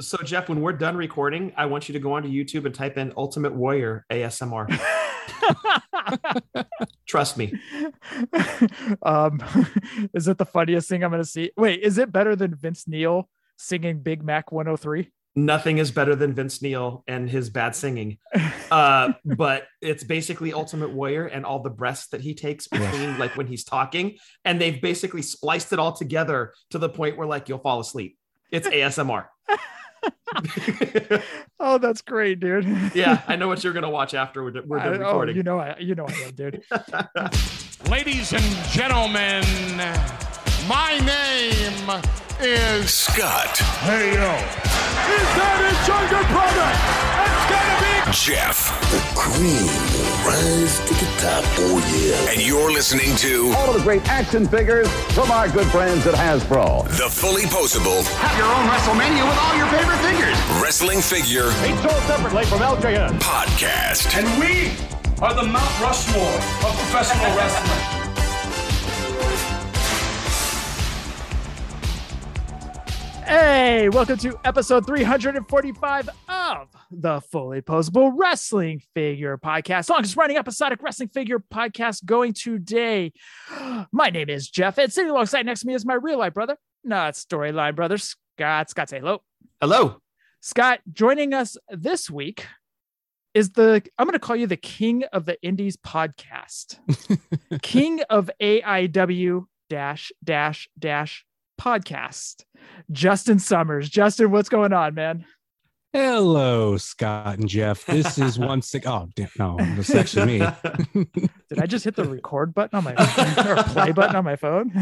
So Jeff, when we're done recording, I want you to go onto YouTube and type in Ultimate Warrior ASMR. Trust me. um, is it the funniest thing I'm going to see? Wait, is it better than Vince Neil singing Big Mac 103? Nothing is better than Vince Neil and his bad singing. Uh, but it's basically Ultimate Warrior and all the breaths that he takes between like when he's talking. And they've basically spliced it all together to the point where like you'll fall asleep. It's ASMR. oh, that's great, dude. yeah, I know what you're gonna watch after we're, we're done I- oh, you recording. know, I, you know, I am, dude. Ladies and gentlemen, my name is Scott, Hey Yo. Is that his younger brother? That's gotta be Jeff, The cream will rise to the top. Oh, and you're listening to all of the great action figures from our good friends at Hasbro. the fully posable Have your own WrestleMania with all your favorite figures. wrestling figure Each sold separately from LJN. podcast. And we are the Mount Rushmore of professional wrestling. Hey, welcome to episode 345 of the Fully Posable Wrestling Figure Podcast, longest running episodic wrestling figure podcast going today. My name is Jeff, and sitting alongside next to me is my real life brother, not storyline brother, Scott. Scott, say hello. Hello. Scott, joining us this week is the, I'm going to call you the king of the indies podcast, king of AIW dash dash dash podcast, Justin Summers. Justin, what's going on, man? Hello, Scott and Jeff. This is once six oh damn, no, it's actually me. Did I just hit the record button on my or play button on my phone?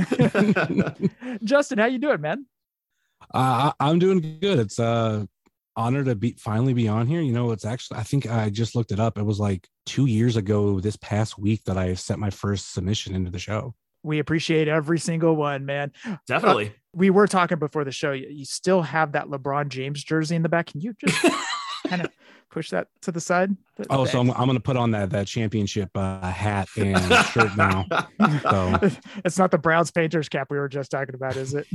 Justin, how you doing, man? Uh, I- I'm doing good. It's uh honor to be finally be on here. You know, it's actually I think I just looked it up. It was like two years ago this past week that I sent my first submission into the show. We appreciate every single one, man. Definitely. We were talking before the show. You, you still have that LeBron James jersey in the back. Can you just kind of push that to the side? Oh, so I'm, I'm gonna put on that that championship uh, hat and shirt now. So it's not the Browns Painters cap we were just talking about, is it?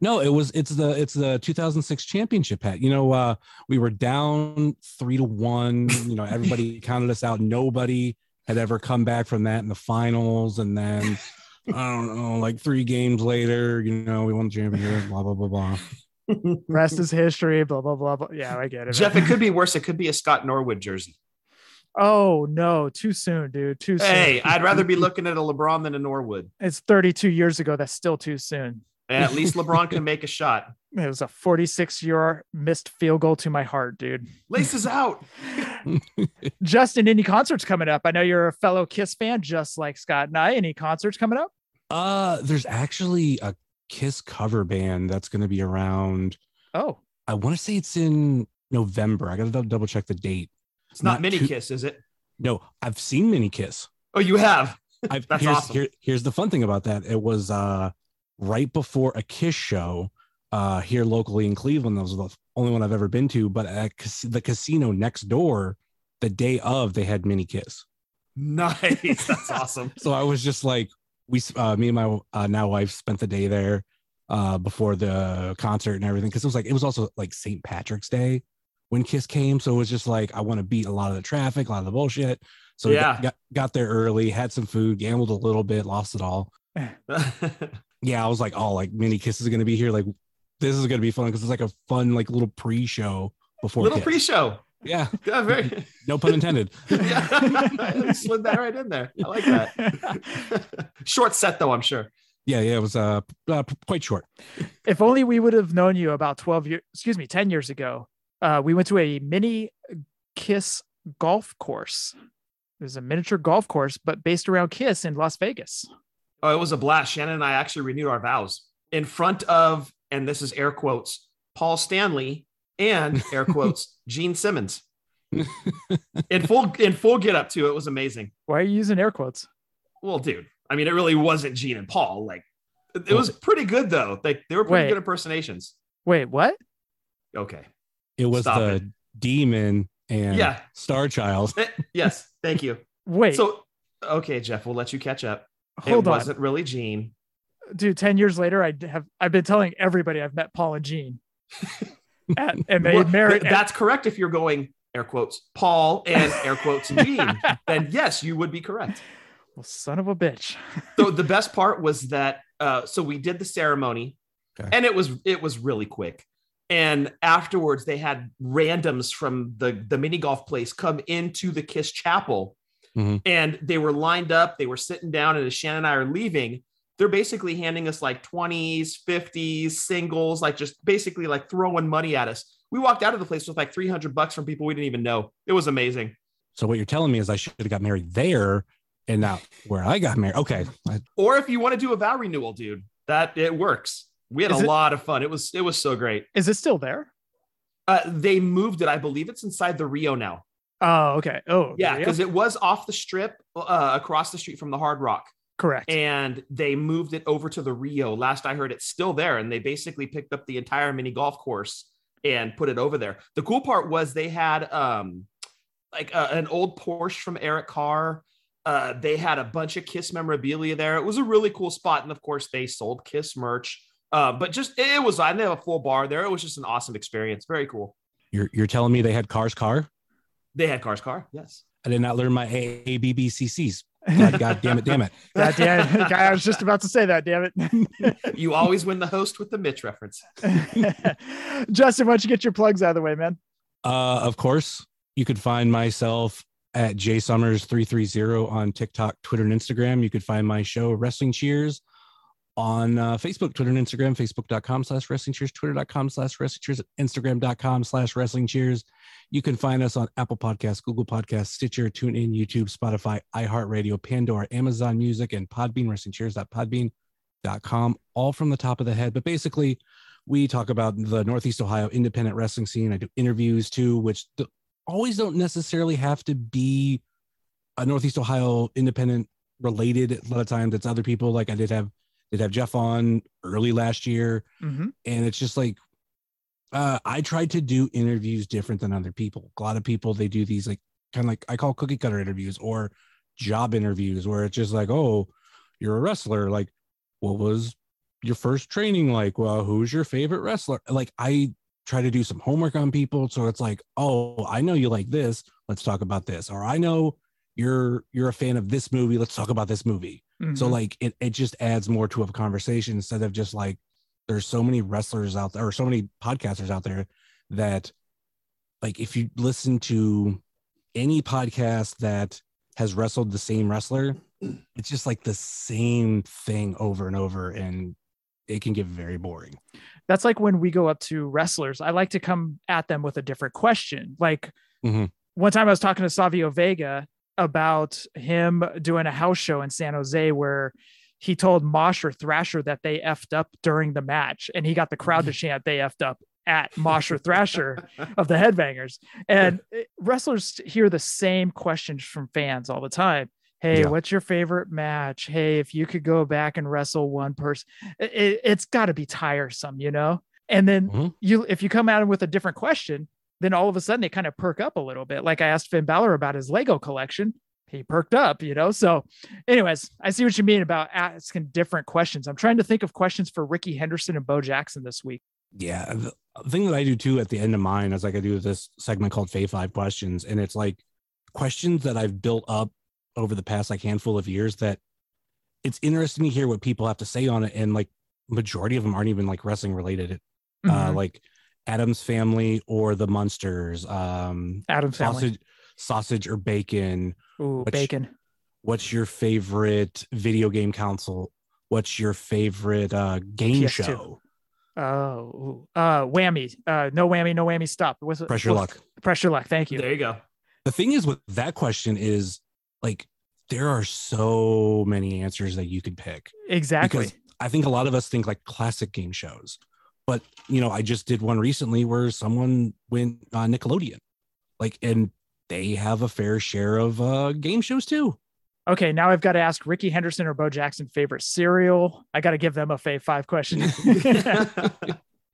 No, it was it's the it's the 2006 championship hat. You know, uh, we were down three to one. You know, everybody counted us out. Nobody had ever come back from that in the finals, and then I don't know, like three games later, you know, we won the championship. Blah blah blah blah. Rest is history. Blah blah blah blah. Yeah, I get it. man. Jeff, it could be worse. It could be a Scott Norwood jersey. oh no, too soon, dude. Too soon. Hey, I'd rather be looking at a LeBron than a Norwood. it's 32 years ago. That's still too soon. And at least LeBron can make a shot. It was a 46 year missed field goal to my heart, dude. Laces out. Justin, any concerts coming up? I know you're a fellow Kiss fan, just like Scott and I. Any concerts coming up? Uh, there's actually a Kiss cover band that's going to be around. Oh, I want to say it's in November. I got to double check the date. It's not, Not mini too- kiss, is it? No, I've seen Mini Kiss. Oh, you have. I've, That's here's, awesome. here- here's the fun thing about that. It was uh, right before a Kiss show uh, here locally in Cleveland. That was the only one I've ever been to. But at cas- the casino next door, the day of, they had Mini Kiss. Nice. That's awesome. So I was just like, we, s- uh, me and my uh, now wife spent the day there uh, before the concert and everything. Cause it was like, it was also like St. Patrick's Day when Kiss came. So it was just like, I want to beat a lot of the traffic, a lot of the bullshit. So we Yeah. got, got, got there early, had some food, gambled a little bit, lost it all. yeah, I was like, oh, like Mini Kiss is gonna be here. Like, this is gonna be fun because it's like a fun, like little pre-show before. Little Kiss. pre-show. Yeah, Yeah, very. no pun intended. Yeah. Slid that right in there. I like that. Short set though, I'm sure. yeah, yeah, it was uh, uh p- quite short. if only we would have known you about 12 years, excuse me, 10 years ago. Uh, we went to a mini Kiss golf course. It was a miniature golf course, but based around Kiss in Las Vegas. Oh, it was a blast. Shannon and I actually renewed our vows in front of, and this is air quotes, Paul Stanley and air quotes Gene Simmons. in full in full get up too. It was amazing. Why are you using air quotes? Well, dude, I mean, it really wasn't Gene and Paul. Like, it was pretty good though. Like, they were pretty Wait. good impersonations. Wait, what? Okay. It was Stop the it. demon and Yeah. Star Child. Eh, yes. Thank you. Wait, So, okay, Jeff, we'll let you catch up. hold it on. wasn't really Gene. dude 10 years later i have i've been telling everybody i've met paul and gene at, and they Well, married. th- that's correct if you're going air quotes Paul and air quotes Gene. then yes, you would be correct. well, son of a bitch. So the best part was that uh, so we did the ceremony, Okay. and it was it was really quick. And afterwards, they had randoms from the the mini golf place come into the Kiss Chapel, Mhm. and they were lined up. They were sitting down, and as Shannon and I are leaving, they're basically handing us like twenties, fifties, singles, like just basically like throwing money at us. We walked out of the place with like three hundred bucks from people we didn't even know. It was amazing. So what you're telling me is I should have got married there and not where I got married. Okay. I- Or if you want to do a vow renewal, dude, that it works. We had Is a it- lot of fun. It was it was so great. Is it still there? Uh, they moved it. I believe it's inside the Rio now. Oh, okay. Oh, Yeah, there you go. because it was off the strip uh, across the street from the Hard Rock, correct. and they moved it over to the Rio. Last I heard, it's still there, and they basically picked up the entire mini golf course and put it over there. The cool part was they had um, like uh, an old Porsche from Eric Carr. Uh, they had a bunch of Kiss memorabilia there. It was a really cool spot, and of course, they sold Kiss merch. Uh, but just it was, I they have a full bar there. It was just an awesome experience. Very cool. You're, you're telling me they had cars car. They had cars, car. Yes. I did not learn my AABBCCs. God, God damn it. Damn it. God damn it. God, I was just about to say that. Damn You always win the host with the Mitch reference. it. Justin, why don't you get your plugs out of the way, man? Uh, of course, you could find myself at jsummers330 on TikTok, Twitter, and Instagram. You could find my show, Wrestling Cheers, on uh, Facebook, Twitter, and Instagram, facebook.com slash wrestling cheers, twitter.com slash wrestling cheers, instagram.com slash wrestling cheers. You can find us on Apple Podcasts, Google Podcasts, Stitcher, TuneIn, YouTube, Spotify, iHeartRadio, Pandora, Amazon Music, and Podbean, wrestlingcheers.podbean.com, all from the top of the head. But basically, we talk about the Northeast Ohio independent wrestling scene. I do interviews too, which th- always don't necessarily have to be a Northeast Ohio independent related. A lot of times it's other people. Like I did have did have Jeff on early last year, Mm-hmm. and it's just like uh, I tried to do interviews different than other people. A lot of people they do these like kind of like I call cookie cutter interviews or job interviews where it's just like, oh, you're a wrestler. Like, what was your first training like? Well, who's your favorite wrestler? Like, I try to do some homework on people, so it's like, oh, I know you like this. Let's talk about this. Or I know you're you're a fan of this movie. Let's talk about this movie. So Mm-hmm. like it, it just adds more to a conversation instead of just like there's so many wrestlers out there or so many podcasters out there that like if you listen to any podcast that has wrestled the same wrestler, it's just like the same thing over and over and it can get very boring. that's like when we go up to wrestlers i like to come at them with a different question like Mhm. one time i was talking to savio vega about him doing a house show in san jose where he told mosh or thrasher that they effed up during the match and he got the crowd to chant they effed up at mosh or thrasher of the headbangers and eh, wrestlers hear the same questions from fans all the time hey Yeah. what's your favorite match hey if you could go back and wrestle one person it, it's got to be tiresome, you know? And then Mhm. you, if you come at him with a different question, then all of a sudden they kind of perk up a little bit. Like I asked Finn Balor about his Lego collection, he perked up, you know? So, anyways, I see what you mean about asking different questions. I'm trying to think of questions for Ricky Henderson and Bo Jackson this week. Yeah. The thing that I do too at the end of mine is like I do this segment called Fay Five Questions. And it's like questions that I've built up over the past like handful of years that it's interesting to hear what people have to say on it. And like majority of them aren't even like wrestling related. Uh Mhm. like Adam's family or the monsters, um Adam Family. sausage sausage or bacon. Ooh, which- bacon. What's your favorite video game console? What's your favorite uh game PS2. show? Oh, ooh. uh, whammy. Uh, no whammy, no whammy. Stop. What's, Pressure what's- luck. Pressure luck. Thank you. There you go. the thing is with that question is like there are so many answers that you could pick Exactly. because i think a lot of us think like classic game shows but you know i just did one recently where someone went on nickelodeon like and they have a fair share of uh game shows too Okay, now I've got to ask Ricky Henderson or Bo Jackson favorite cereal. I got to give them a fave five question.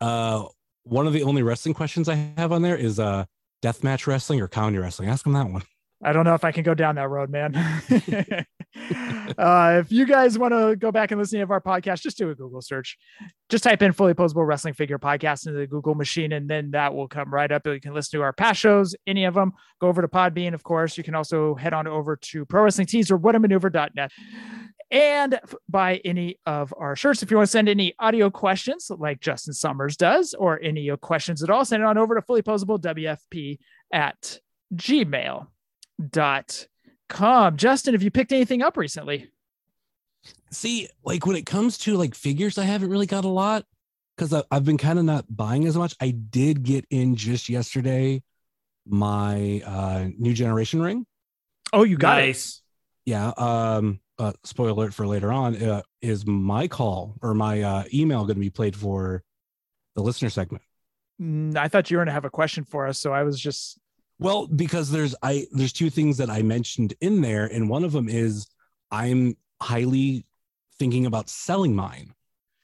uh one of the only wrestling questions i have on there is uh deathmatch wrestling or comedy wrestling ask them that one I don't know if I can go down that road, man. uh, if you guys want to go back and listen to our podcast, just do a Google search. Just type in fully posable wrestling figure podcast into the Google machine, and then that will come right up. You can listen to our past shows, any of them. Go over to Podbean, of course. You can also head on over to Pro Wrestling Tees or whatamaneuver.net. And f- buy any of our shirts. If you want to send any audio questions like Justin Summers does, or any questions at all, send it on over to fully posable WFP at gmail.com. Justin, have you picked anything up recently? See, like when it comes to like figures, I haven't really got a lot because I've been kind of not buying as much. I did get in just yesterday my uh, new generation ring. Oh, you got it. nice. yeah um uh, spoiler alert for later on uh, is my call or my uh, email going to be played for the listener segment Mm, I thought you were going to have a question for us. So I was just, well because there's i there's two things that i mentioned in there and one of them is i'm highly thinking about selling mine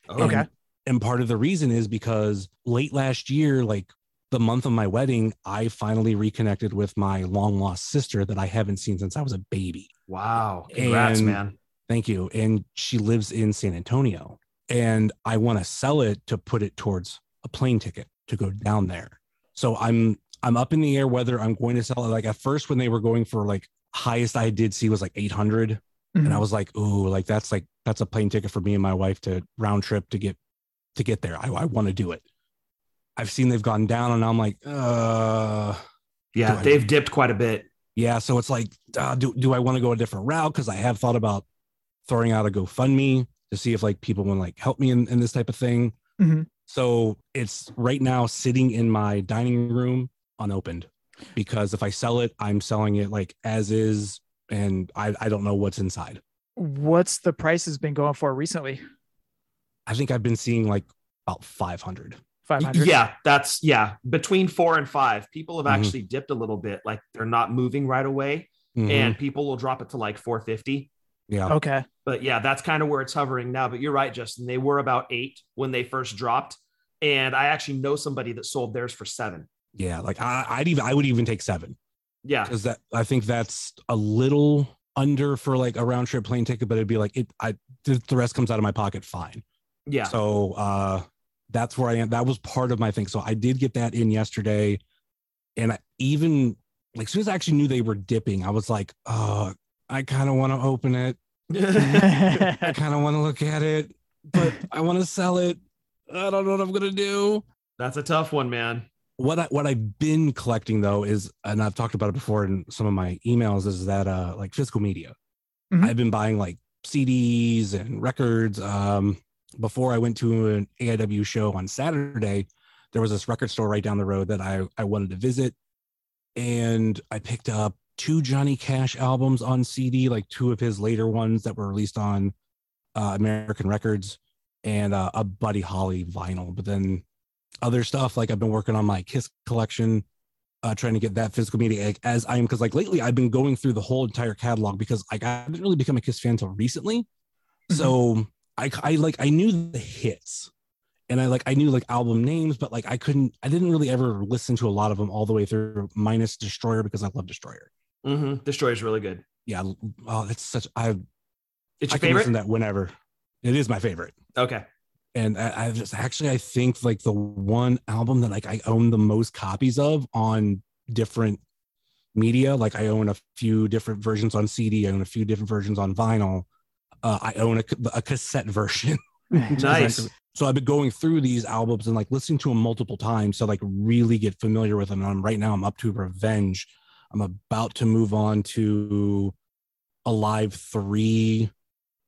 Oh, Okay. And, and part of the reason is because late last year, like the month of my wedding, I finally reconnected with my long lost sister that I haven't seen since I was a baby. Wow. Congrats, And- man. Thank you. And she lives in San Antonio. And I want to sell it to put it towards a plane ticket to go down there. So I'm I'm up in the air whether I'm going to sell it. Like at first when they were going for like highest I did see was like 800 Mm-hmm. Mm-hmm. and I was like, ooh, like that's like that's a plane ticket for me and my wife to round trip to get to get there. I, I want to do it. I've seen they've gone down, and I'm like, uh, Yeah, Do I- they've dipped quite a bit. yeah. So it's like, uh, do do I want to go a different route? Because I have thought about throwing out a GoFundMe to see if like people want to like help me in, in this type of thing. Mhm. So it's right now sitting in my dining room unopened because if I sell it, I'm selling it like as is, and I I don't know what's inside. what's the price has been going for recently? I think I've been seeing like about 500. 500. Yeah, that's yeah, between 4 and 5. People have Mhm. actually dipped a little bit like they're not moving right away Mm-hmm. and people will drop it to like 450. yeah. Okay. But yeah, that's kind of where it's hovering now. But you're right, Justin. They were about eight when they first dropped. And I actually know somebody that sold theirs for seven. Yeah. Like I, I'd even, I would even take seven Yeah. because that, I think that's a little under for like a round trip plane ticket, but it'd be like, it, I, the the rest comes out of my pocket fine. Yeah. So, uh, that's where I am. That was part of my thing. So I did get that in yesterday. And I even like, as soon as I actually knew they were dipping, I was like, oh, I kind of want to open it. I kind of want to look at it, but I want to sell it. I don't know what I'm going to do. that's a tough one, man. What I, what I've been collecting though is, and I've talked about it before in some of my emails, is that uh like physical media. Mhm. I've been buying like CDs and records. Um, before I went to an AIW show on Saturday, there was this record store right down the road that I I wanted to visit, and I picked up two Johnny Cash albums on CD, like two of his later ones that were released on uh, American Records, and uh, a Buddy Holly vinyl. But then other stuff like I've been working on my Kiss collection, uh, trying to get that physical media like, as I am because like lately I've been going through the whole entire catalog because like I haven't really become a Kiss fan until recently, Mm-hmm. so I I like I knew the hits. And I like I knew like album names, but like I couldn't, I didn't really ever listen to a lot of them all the way through, minus Destroyer because I love Destroyer. hmm Destroyer's really good. Yeah, oh, that's such I It's I your can listen favorite? to that whenever. It is my favorite. Okay. And I, I just actually I think like the one album that like I own the most copies of on different media. Like I own a few different versions on CD, I own a few different versions on vinyl. Uh, I own a, ca- a cassette version. Nice. So I've been going through these albums and like listening to them multiple times to like really get familiar with them. And I'm right now I'm up to Revenge. I'm about to move on to Alive Three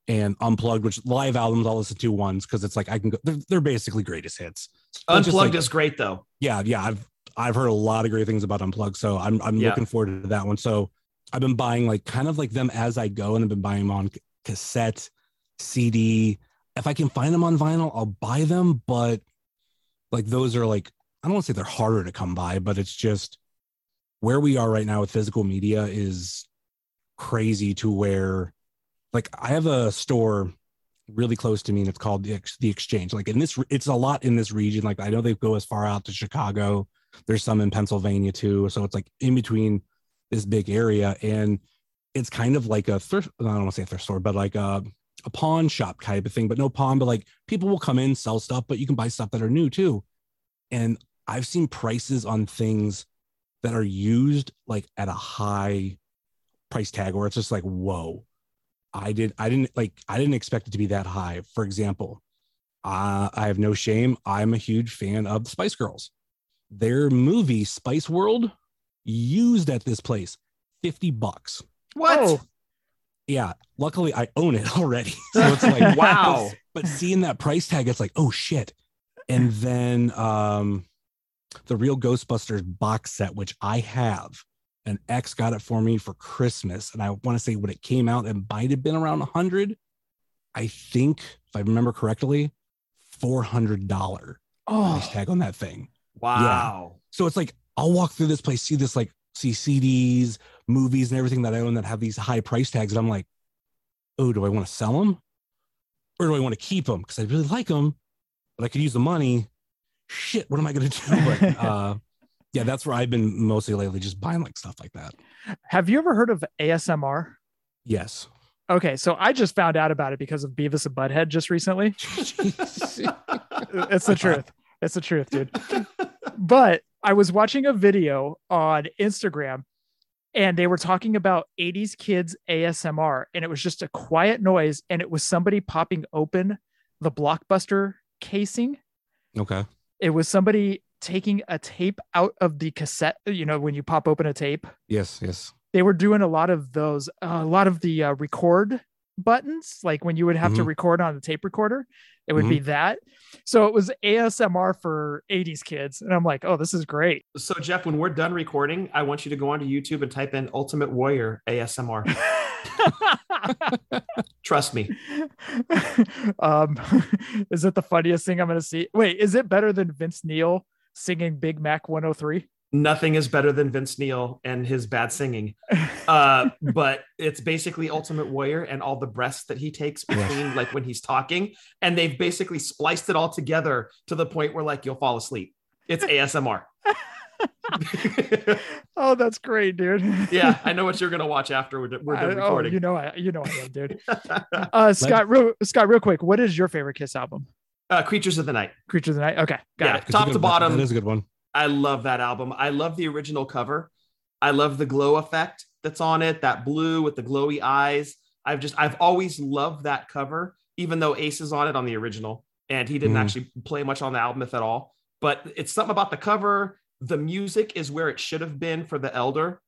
and Unplugged, which live albums I'll listen to once because it's like I can go. They're, they're basically greatest hits. So it's just, Unplugged like, is great though. yeah, yeah. I've I've heard a lot of great things about Unplugged, so I'm I'm Yeah. looking forward to that one. So I've been buying like kind of like them as I go, and I've been buying them on c- cassette, CD. If I can find them on vinyl, I'll buy them. But like those are like I don't want to say they're harder to come by, but it's just where we are right now with physical media is crazy to where like I have a store really close to me and it's called the, Ex- the exchange like in this it's a lot in this region like i know they go as far out to chicago there's some in pennsylvania too so it's like in between this big area and it's kind of like a thrift. I don't want to say thrift store, but like a a pawn shop type of thing, but no pawn. But like people will come in, sell stuff, but you can buy stuff that are new too. And I've seen prices on things that are used like at a high price tag, where it's just like, whoa, I did, I didn't like, I didn't expect it to be that high. For example, uh, I have no shame. I'm a huge fan of the Spice Girls. Their movie Spice World used at this place, fifty bucks. What? Oh, Yeah, luckily I own it already, so it's like Wow. but seeing that price tag, it's like, oh shit. And then um the real Ghostbusters box set, which I have, an ex got it for me for Christmas. And I want to say when it came out, it might have been around a hundred. I think, if I remember correctly, four hundred dollar price oh, tag on that thing. Wow. So it's like I'll walk through this place, see this like see CDs, movies, and everything that I own that have these high price tags, and I'm like, oh, do I want to sell them, or do I want to keep them because I really like them, but I could use the money. Shit, what am I gonna do? But, uh, yeah, that's where I've been mostly lately, just buying like stuff like that. have you ever heard of ASMR? Yes. Okay, so I just found out about it because of Beavis and Butthead just recently. it's the truth. It's the truth, dude. But I was watching a video on Instagram and they were talking about 80s kids ASMR and it was just a quiet noise and it was somebody popping open the blockbuster casing. Okay. It was somebody taking a tape out of the cassette, you know, when you pop open a tape Yes. Yes. they were doing a lot of those uh, a lot of the uh, record buttons like when you would have Mm-hmm. to Mhm. record on the tape recorder it would be that so it was asmr for 80s kids and i'm like oh this is great So Jeff, when we're done recording, I want you to go onto YouTube and type in Ultimate Warrior ASMR. Trust me. um is it the funniest thing i'm gonna see wait is it better than vince neil singing big mac 103 nothing is better than Vince Neil and his bad singing. Uh, but it's basically Ultimate Warrior and all the breaths that he takes Yeah. between like when he's talking. And they've basically spliced it all together to the point where like you'll fall asleep. It's ASMR. oh that's great dude yeah, I know what you're gonna watch after we're, we're I- done oh, recording. you know i you know i am dude uh scott real scott real quick what is your favorite kiss album uh, Creatures of the Night. creatures of the night okay got Yeah. it 'Cause Top you to can- bottom. That is a good one. I love that album. I love the original cover. I love the glow effect that's on it, that blue with the glowy eyes. I've just I've always loved that cover, even though Ace is on it on the original, and he didn't Mhm. actually play much on the album if at all. But it's something about the cover. The music is where it should have been for the Elder,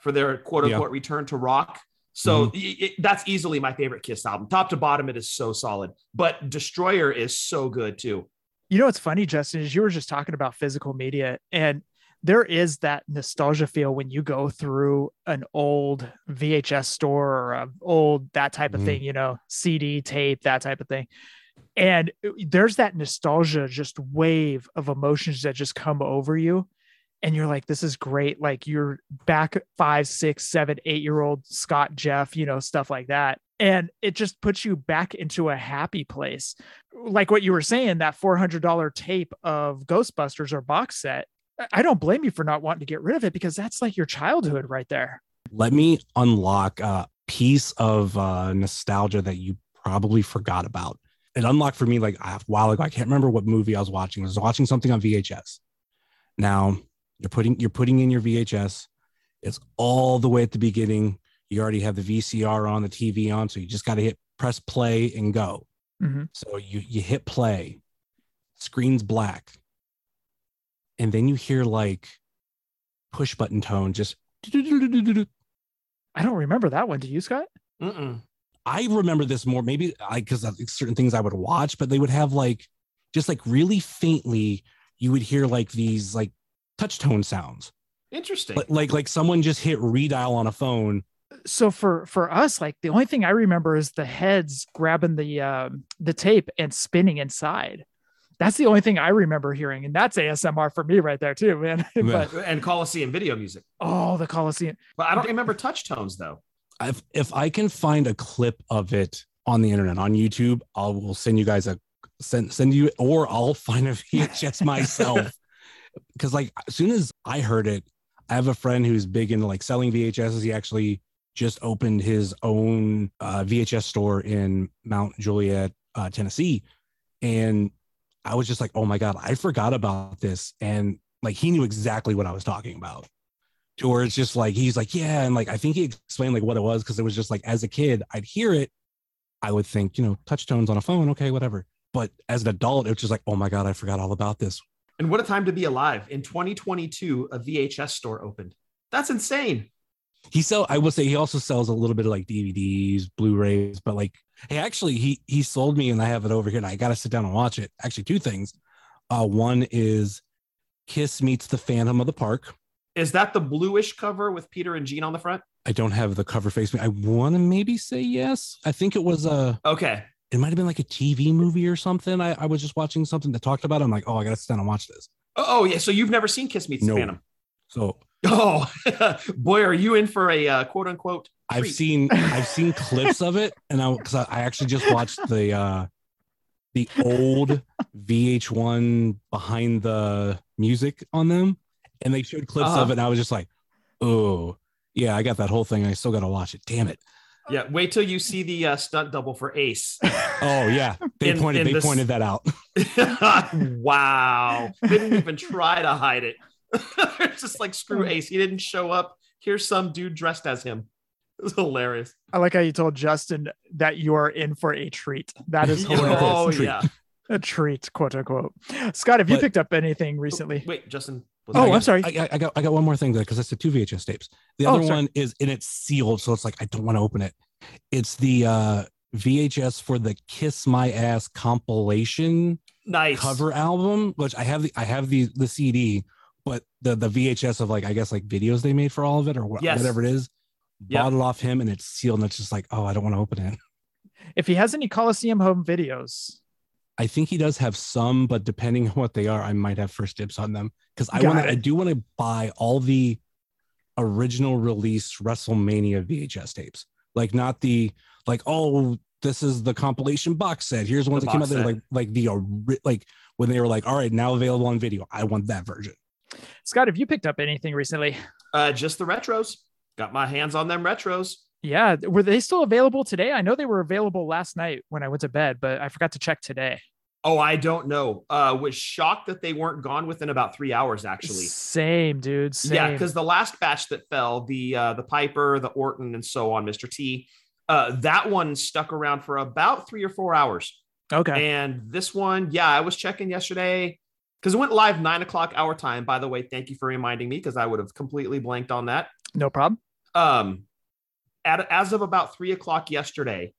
for their quote unquote return to rock. So y- it- that's easily my favorite Kiss album, top to bottom. It is so solid, but Destroyer is so good too. You know what's funny, Justin, is you were just talking about physical media, and there is that nostalgia feel when you go through an old VHS store or a old that type of Mhm. thing, you know, CD, tape, that type of thing. And it- there's that nostalgia, just wave of emotions that just come over you. And you're like, this is great. Like you're back five, six, seven, eight year old Scott, Jeff, you know, stuff like that. And it just puts you back into a happy place like what you were saying, that four hundred dollar tape of Ghostbusters or box set. I- I don't blame you for not wanting to get rid of it because that's like your childhood right there. let me unlock a piece of uh, nostalgia that you probably forgot about. It unlocked for me like a while ago. I can't remember what movie I was watching. I was watching something on VHS. Now you're putting you're putting in your VHS. It's all the way at the beginning. You already have the VCR on, the TV on, so you just got to hit press play and go. Mhm. So you you hit play, screen's black, and then you hear like push button tone just I don't remember that one. Do you, Scott? Mm-mm. I remember this more, maybe I because certain things I would watch, but they would have like just like really faintly, you would hear like these like touch tone sounds, Interesting. like like, like someone just hit redial on a phone. So for for us, like the only thing I remember is the heads grabbing the um, the tape and spinning inside. That's the only thing I remember hearing, and that's ASMR for me right there too, man. but and Coliseum video music. oh, the Coliseum. But I don't remember touch tones though. If if I can find a clip of it on the internet on YouTube, I will send you guys a send send you or I'll find a VHS myself. Because like as soon as I heard it, I have a friend who's big into like selling VHSs. He actually just opened his own uh, VHS store in Mount Juliet, uh, Tennessee. And I was just like, oh my God, I forgot about this. And like, he knew exactly what I was talking about. To where it's just like, he's like, yeah. And like, I think he explained like what it was because it was just like, as a kid, I'd hear it. I would think, you know, touch tones on a phone. Okay, whatever. But as an adult, it was just like, oh my God, I forgot all about this. And what a time to be alive. In 2022, a VHS store opened. That's insane. he sell i will say he also sells a little bit of like dvds blu-rays but like hey actually he he sold me and i have it over here and i gotta sit down and watch it actually two things uh one is kiss meets the phantom of the park Is that the bluish cover with Peter and Gene on the front? i don't have the cover face i want to maybe say yes i think it was uh, a Okay. it might have been like a tv movie or something i, I was just watching something that talked about it. i'm like oh i gotta sit down and watch this Oh, oh, yeah. So you've never seen Kiss Meets No. the Phantom. so Oh, boy, are you in for a uh, quote unquote? I've treat. seen I've seen clips of it, and I because I, I actually just watched the uh the old VH1 behind the music on them, and they showed clips of Uh-huh. it, and I was just like, oh yeah, I got that whole thing. I still got to watch it. Damn it! Yeah. Wait till you see the uh, stunt double for Ace. Oh yeah, they In- pointed in they this- pointed that out. wow. Didn't even try to hide it. it's just like screw Ace. He didn't show up. Here's some dude dressed as him. It was hilarious. I like how you told Justin that you are in for a treat. That is Yeah. hilarious. oh Treat. yeah. a treat, quote unquote. Scott, have you But- picked up anything recently? Wait, Justin. was Oh, that- I'm sorry. I, I- I got I got one more thing because I said two VHS tapes. The Oh, other sorry. one is and it's sealed, so it's like I don't want to open it. It's the uh VHS for the Kiss My Ass compilation nice. cover album, which I have the I have the the CD, but the the VHS of like I guess like videos they made for all of it or wha- Yes. whatever it is. Yep. Bought it off him and it's sealed and it's just like oh I don't want to open it. If he has any Coliseum home videos, I think he does have some, but depending on what they are, I might have first dibs on them because I want Got to I do want to buy all the original release WrestleMania VHS tapes, like not the like oh this is the compilation box set. Here's the ones The that came out box there set. like like the ori- like when they were like all right now available on video. I want that version. Scott, have you picked up anything recently? Uh, just the retros. Got my hands on them retros. Yeah, were they still available today? I know they were available last night when I went to bed, but I forgot to check today. Oh, I don't know. Uh, was shocked that they weren't gone within about three hours. Actually, same, dude. Same. yeah, because the last batch that fell, the uh, the Piper, the Orton, and so on, Mister T, uh, that one stuck around for about three or four hours. okay, And this one, yeah, I was checking yesterday because it went live nine o'clock our time. By the way, thank you for reminding me because I would have completely blanked on that. no problem. Um, at, as of about three o'clock yesterday,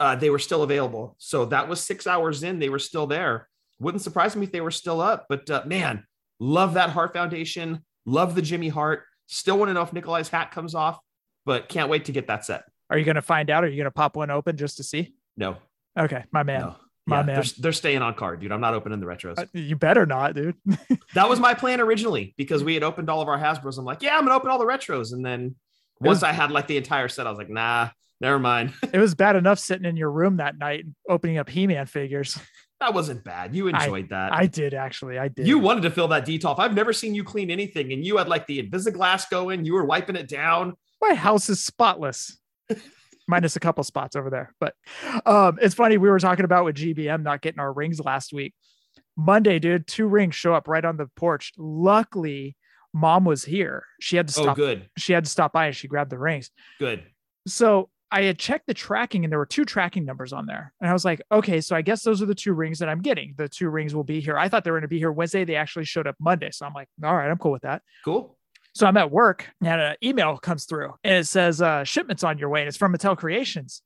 uh, they were still available. So that was six hours in. They were still there. Wouldn't surprise me if they were still up. But uh, man, love that Heart Foundation. Love the Jimmy Hart. Still want to know if Nikolai's hat comes off, but can't wait to get that set. Are you gonna find out? Are you gonna pop one open just to see? No, Okay, my man. no. My yeah, man. They're, they're staying on card, dude. I'm not opening the retros. Uh, You better not, dude. that was my plan originally because we had opened all of our Hasbro's. I'm like, yeah, I'm gonna open all the retros, and then once I had like the entire set, I was like, nah, never mind. It was bad enough sitting in your room that night and opening up He-Man figures. that wasn't bad. You enjoyed that. I did actually. I did. you wanted to fill that detolf. I've never seen you clean anything, and you had like the Invisiglass going. You were wiping it down. Oh, my house is spotless minus a couple spots over there but um it's funny we were talking about with gbm not getting our rings last week monday dude two rings show up right on the porch luckily mom was here she had to Oh, stop good, she had to stop by and she grabbed the rings good. so i had checked the tracking and there were two tracking numbers on there and i was like okay so i guess those are the two rings that i'm getting the two rings will be here i thought they were going to be here wednesday they actually showed up monday so i'm like all right i'm cool with that Cool. so I'm at work and an email comes through and it says uh, shipments on your way and it's from Mattel Creations.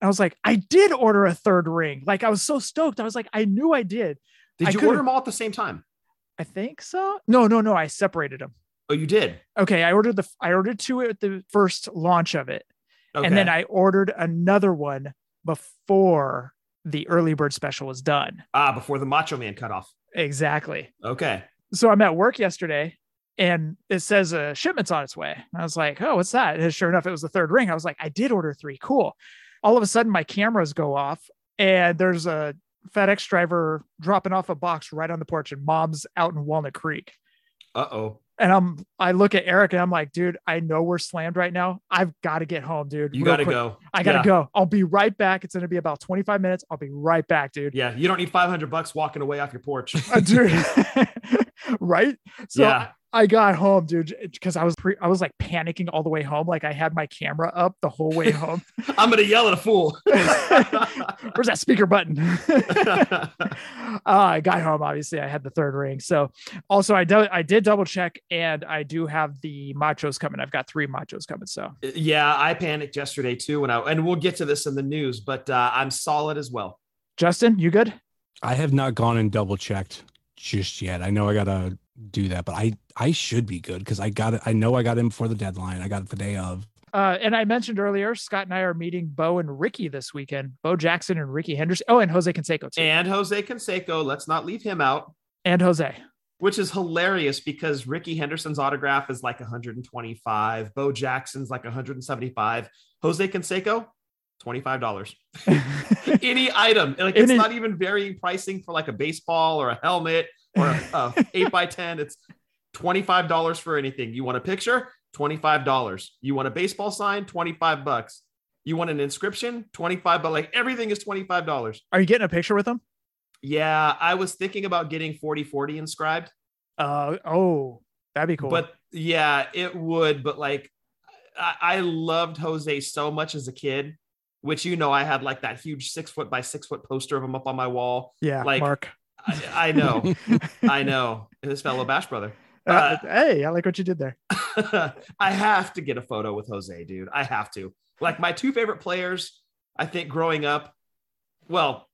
I was like, I did order a third ring. Like I was so stoked. I was like, I knew I did. Did I you could've- order them all at the same time? I think so. No, no, no. I separated them. Oh, you did. Okay, I ordered the I ordered two at the first launch of it, Okay. and then I ordered another one before the early bird special was done. ah before the Macho Man cut off. Exactly. Okay. so I'm at work yesterday and it says a uh, shipment's on its way. And I was like, oh, what's that? And sure enough, it was the third ring. I was like, I did order three. Cool. All of a sudden, my cameras go off and there's a FedEx driver dropping off a box right on the porch and mom's out in Walnut Creek. Uh oh. And I'm I look at Eric and I'm like, dude, I know we're slammed right now. I've got to get home, dude. You Real got to quick. go. I gotta Yeah. go. I'll be right back. It's gonna be about 25 minutes. I'll be right back, dude. Yeah, you don't need 500 bucks walking away off your porch. Uh, dude. right? So yeah. I got home, dude, because I was pre- I was like panicking all the way home. Like I had my camera up the whole way home. I'm going to yell at a fool. Where's that speaker button? uh, I got home. Obviously, I had the third ring. So, also, I do, I did double check, and I do have the machos coming. I've got three machos coming. So, yeah, I panicked yesterday too when I and we'll get to this in the news, but uh, I'm solid as well. Justin, you good? I have not gone and double checked just yet. I know I gotta do that, but I I should be good because I got it. I know I got in before the deadline. I got it the day of. Uh, and I mentioned earlier, Scott and I are meeting Bo and Ricky this weekend. Bo Jackson and Ricky Henderson. Oh, and Jose Canseco too. And Jose Canseco, let's not leave him out, and Jose. which is hilarious because Ricky Henderson's autograph is like 125, Bo Jackson's like 175, Jose Canseco, $25. Any item, like it's Any- not even varying pricing for like a baseball or a helmet or a, a 8 by 10 it's $25 for anything you want a picture $25 you want a baseball sign 25 bucks you want an inscription 25 but like everything is $25 are you getting a picture with them? yeah i was thinking about getting 4040 inscribed Uh, oh, that'd be cool. but yeah it would but like I, I loved jose so much as a kid which you know i had like that huge six foot by six foot poster of him up on my wall yeah, like, Mark. i, I know I know his fellow Bash brother. Uh, hey, I like what you did there. I have to get a photo with Jose, dude. I have to. Like my two favorite players, I think growing up, well,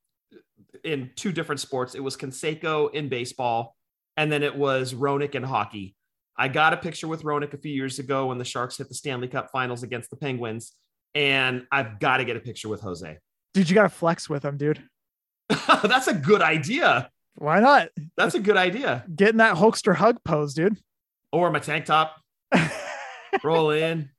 in two different sports, it was Conseco in baseball, and then it was Ronick in hockey. I got a picture with Ronick a few years ago when the Sharks hit the Stanley Cup Finals against the Penguins, and I've got to get a picture with Jose. Dude, you got to flex with them, dude. That's a good idea. Why not? That's a good idea. Getting that Hulkster hug pose, dude. Or my tank top, roll in.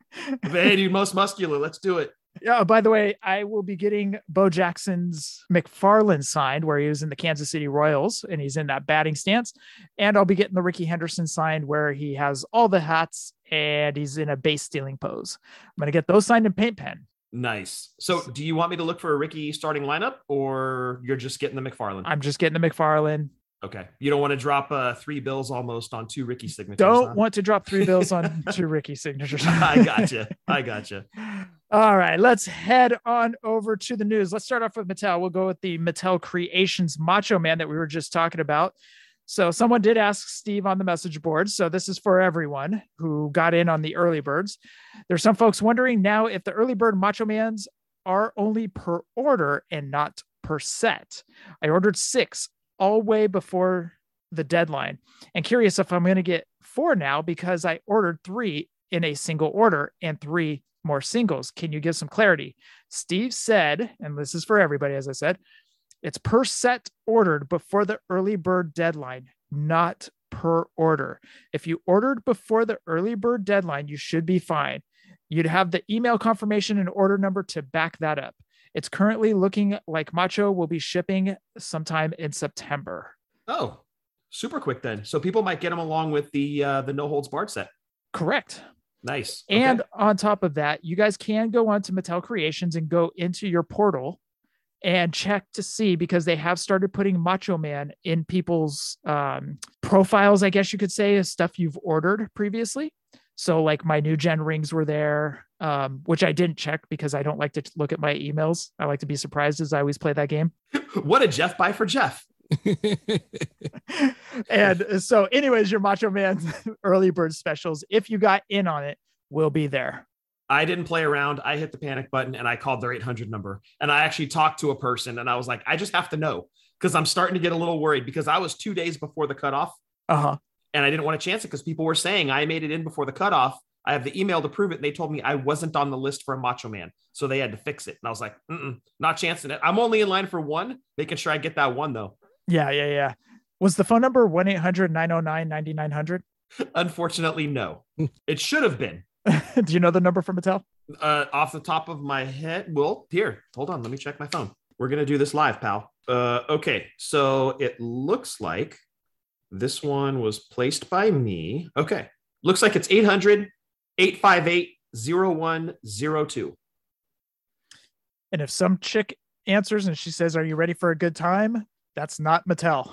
Hey, dude, most muscular. Let's do it. Yeah. oh, By the way, I will be getting Bo Jackson's McFarland signed, where he was in the Kansas City Royals and he's in that batting stance. And I'll be getting the Ricky Henderson signed, where he has all the hats and he's in a base stealing pose. I'm gonna get those signed in paint pen. Nice. So, do you want me to look for a Ricky starting lineup, or you're just getting the McFarland? I'm just getting the McFarland. okay. You don't want to drop uh, three bills almost on two Ricky signatures. Don't huh? want to drop three bills on two Ricky signatures. I gotcha. I gotcha. All right, let's head on over to the news. Let's start off with Mattel. We'll go with the Mattel Creations Macho Man that we were just talking about. So, someone did ask Steve on the message board. So, this is for everyone who got in on the early birds. There's some folks wondering now if the early bird Macho Mans are only per order and not per set. I ordered six all way before the deadline and curious if I'm going to get four now because I ordered three in a single order and three more singles. Can you give some clarity? Steve said, and this is for everybody, as I said, it's per set ordered before the early bird deadline, not per order. If you ordered before the early bird deadline, you should be fine. You'd have the email confirmation and order number to back that up. It's currently looking like Macho will be shipping sometime in September. Oh, super quick then. So people might get them along with the uh, the no holds barred set. Correct. Nice. Okay. And on top of that, you guys can go on to Mattel Creations and go into your portal and check to see because they have started putting Macho Man in people's um, profiles, I guess you could say, is stuff you've ordered previously. So, like my new gen rings were there, um, which I didn't check because I don't like to look at my emails. I like to be surprised as I always play that game. what did Jeff buy for Jeff? and so, anyways, your Macho Man early bird specials, if you got in on it, will be there. I didn't play around. I hit the panic button and I called their 800 number. And I actually talked to a person and I was like, I just have to know because I'm starting to get a little worried because I was two days before the cutoff Uh huh. and I didn't want to chance it because people were saying I made it in before the cutoff. I have the email to prove it. They told me I wasn't on the list for a Macho Man, so they had to fix it. And I was like, Mm-mm, not chancing it. I'm only in line for one, making sure I get that one though. Yeah, yeah, yeah. Was the phone number 1 800 909 9900? Unfortunately, no. It should have been. Do you know the number from Mattel? Uh, off the top of my head, well, here, hold on, let me check my phone. We're gonna do this live, pal. Uh, okay, so it looks like This one was placed by me. Okay. Looks like it's 800 858 0102. And if some chick answers and she says, Are you ready for a good time? That's not Mattel.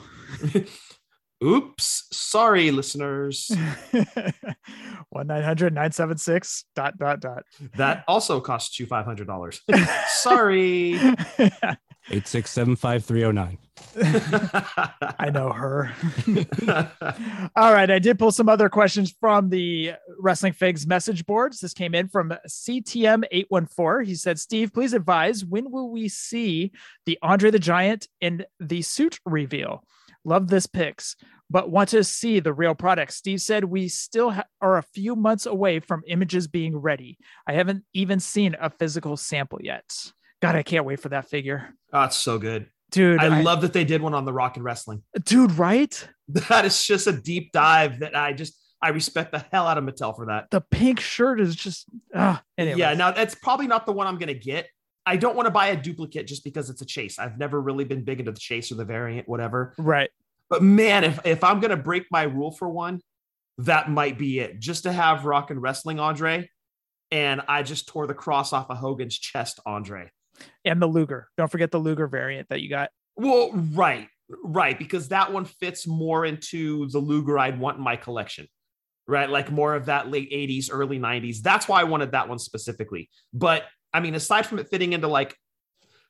Oops. Sorry, listeners. 1 900 976 dot dot dot. That also costs you $500. Sorry. Eight six seven five three zero nine. Ah, I know her. All right. I did pull some other questions from the Wrestling Figs message boards. This came in from CTM814. He said, Steve, please advise when will we see the Andre the Giant in the suit reveal? Love this pics, but want to see the real product. Steve said, We still ha- are a few months away from images being ready. I haven't even seen a physical sample yet. God, I can't wait for that figure. oh, it's so good. Dude, I love that they did one on the rock and wrestling. dude, right? That is just a deep dive that I just I respect the hell out of Mattel for that. the pink shirt is just ah. Anyways. Yeah, now that's probably not the one I'm gonna get. I don't want to buy a duplicate just because it's a chase. I've never really been big into the chase or the variant, whatever. right. But man, if if I'm gonna break my rule for one, that might be it. Just to have rock and wrestling Andre, and I just tore the cross off of Hogan's chest, Andre. And the Luger. Don't forget the Luger variant that you got. Well, right, right, because that one fits more into the Luger I'd want in my collection, right? Like more of that late 80s, early 90s. That's why I wanted that one specifically. But I mean, aside from it fitting into like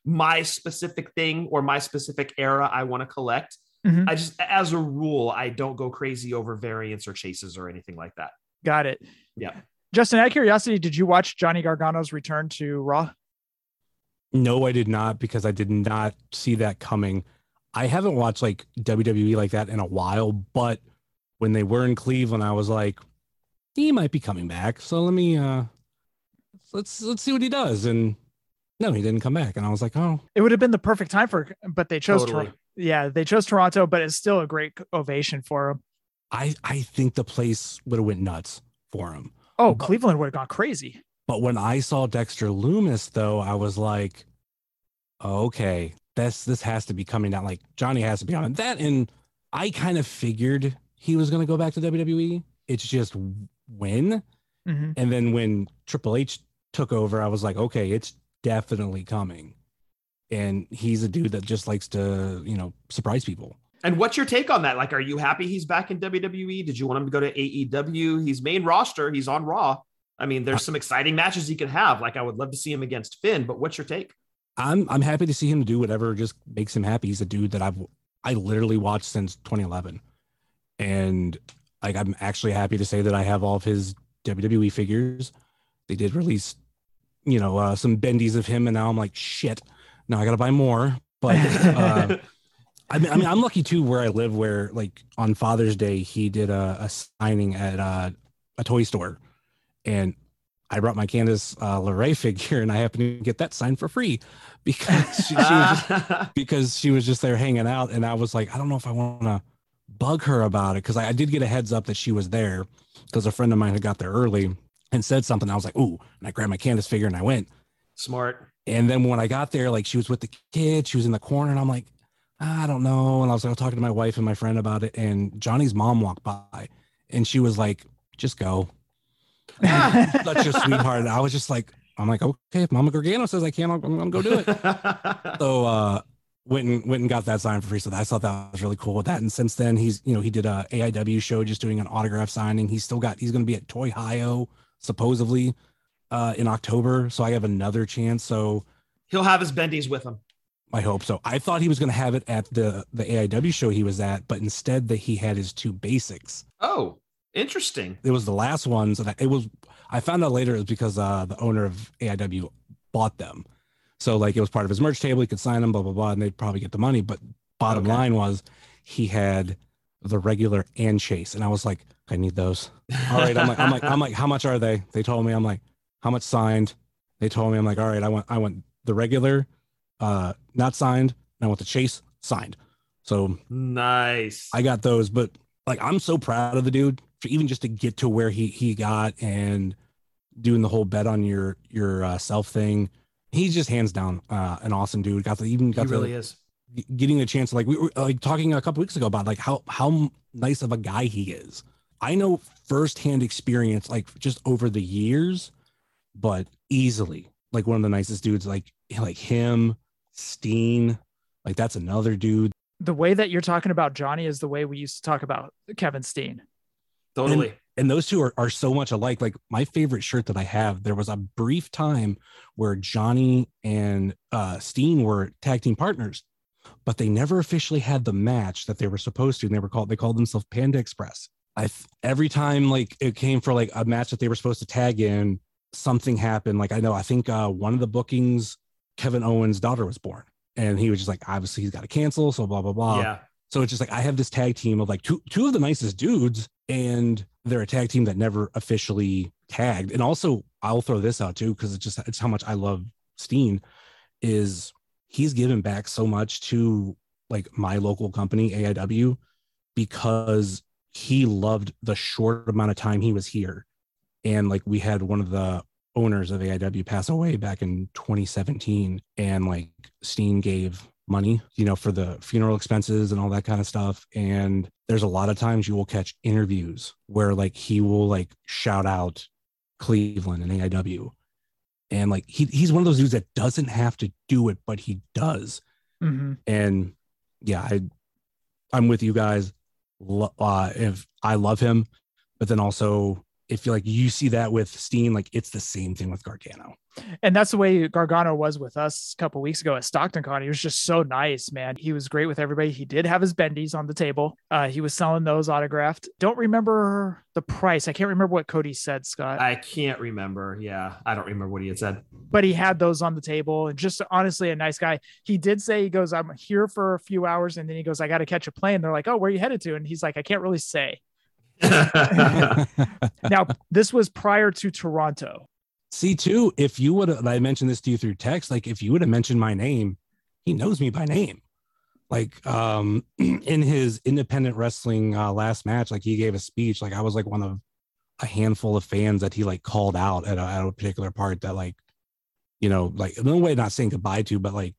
my specific thing or my specific era I want to collect, Mhm. I just, as a rule, I don't go crazy over variants or chases or anything like that. Got it. Yeah. Justin, out of curiosity, did you watch Johnny Gargano's return to Raw? No, I did not because I did not see that coming. I haven't watched like WWE like that in a while, but when they were in Cleveland, I was like, he might be coming back. So let me uh let's let's see what he does. And no, he didn't come back. And I was like, oh, It would have been the perfect time for, but they chose. Totally. Tor- yeah, they chose Toronto, but it's still a great ovation for him. I I think the place would have went nuts for him. Oh, Cleveland would have gone crazy. But when I saw Dexter Loomis, though, I was like, okay, this this has to be coming down. Like Johnny has to be on it. That and I kind of figured he was gonna go back to WWE. It's just when. Mhm. And then when Triple H took over, I was like, okay, it's definitely coming. And he's a dude that just likes to, you know, surprise people. And what's your take on that? Like, are you happy he's back in WWE? Did you want him to go to AEW? He's main roster. He's on Raw. I mean, there's some exciting matches he could have. Like, I would love to see him against Finn. But what's your take? I'm I'm happy to see him do whatever just makes him happy. He's a dude that I've I literally watched since 2011, and like I'm actually happy to say that I have all of his WWE figures. They did release, you know, uh, some bendies of him, and now I'm like, shit, now I gotta buy more. But uh, I mean, I mean, I'm lucky too where I live, where like on Father's Day he did a, a signing at uh, a toy store, and I brought my Candace uh, LeRae figure, and I happened to get that signed for free because she, she was just, because she was just there hanging out, and I was like, I don't know if I want to bug her about it because I, I did get a heads up that she was there because a friend of mine had got there early and said something. I was like, ooh, and I grabbed my Candace figure and I went. Smart. And then when I got there, like she was with the kid, she was in the corner, and I'm like, I don't know. And I was like, I was talking to my wife and my friend about it, and Johnny's mom walked by, and she was like, just go. Such a sweetheart. And I was just like, I'm like, okay, if Mama Gargano says I can, I'm, I'm gonna go do it. so uh went and went and got that sign for free. So I thought that was really cool with that. And since then he's you know, he did a AIW show just doing an autograph signing. He's still got he's gonna be at Toy Hio supposedly uh in October. So I have another chance. So He'll have his bendies with him. I hope so. I thought he was gonna have it at the the AIW show he was at, but instead that he had his two basics. Oh, interesting. It was the last ones, and I- it was I found out later it was because uh the owner of AIW bought them. So like it was part of his merch table, he could sign them, blah blah blah, and they'd probably get the money. But bottom Okay. line was he had the regular and chase. And I was like, I need those. All right. I'm like, I'm like, I'm like, how much are they? They told me, I'm like, how much signed? They told me, I'm like, all right, I want I want the regular, uh, not signed, and I want the chase signed. So nice. I got those, but like I'm so proud of the dude for even just to get to where he he got and doing the whole bet on your your uh, self thing. He's just hands down uh, an awesome dude. Got the even he got the really is. getting a chance like we were like talking a couple weeks ago about like how how nice of a guy he is i know firsthand experience like just over the years but easily like one of the nicest dudes like like him steen like that's another dude The way that you're talking about Johnny is the way we used to talk about Kevin Steen. Totally. and those two are, are so much alike like my favorite shirt that i have there was a brief time where johnny and uh, steen were tag team partners but they never officially had the match that they were supposed to and they were called they called themselves panda express i th- every time like it came for like a match that they were supposed to tag in something happened like i know i think uh, one of the bookings kevin owens daughter was born and he was just like obviously he's got to cancel so blah blah blah yeah. so it's just like I have this tag team of like two two of the nicest dudes, and they're a tag team that never officially tagged. And also, I'll throw this out too because it's just it's how much I love Steen is he's given back so much to like my local company AIW because he loved the short amount of time he was here, and like we had one of the owners of AIW pass away back in 2017, and like Steen gave money, you know, for the funeral expenses and all that kind of stuff. And there's a lot of times you will catch interviews where like he will like shout out Cleveland and AIW. And like he he's one of those dudes that doesn't have to do it, but he does. Mm-hmm. And yeah, I I'm with you guys. Lo- Uh, if I love him, but then also if you like you see that with Steen, like it's the same thing with Gargano. And that's the way Gargano was with us a couple weeks ago at Stockton Con. He was just so nice, man. He was great with everybody. He did have his bendies on the table. Uh, he was selling those autographed. Don't remember the price. I can't remember what Cody said, Scott, I can't remember. Yeah. I don't remember what he had said. but he had those on the table and just honestly a nice guy. He did say he goes, I'm here for a few hours, and then he goes, I got to catch a plane. They're like, Oh, where are you headed to? And he's like, I can't really say. Now, this was prior to Toronto. See, too, if you would have, I mentioned this to you through text, like if you would have mentioned my name, he knows me by name. Like um, in his independent wrestling uh, last match, like he gave a speech. Like I was like one of a handful of fans that he like called out at a, at a particular part that like, you know, like no way not saying goodbye to, but like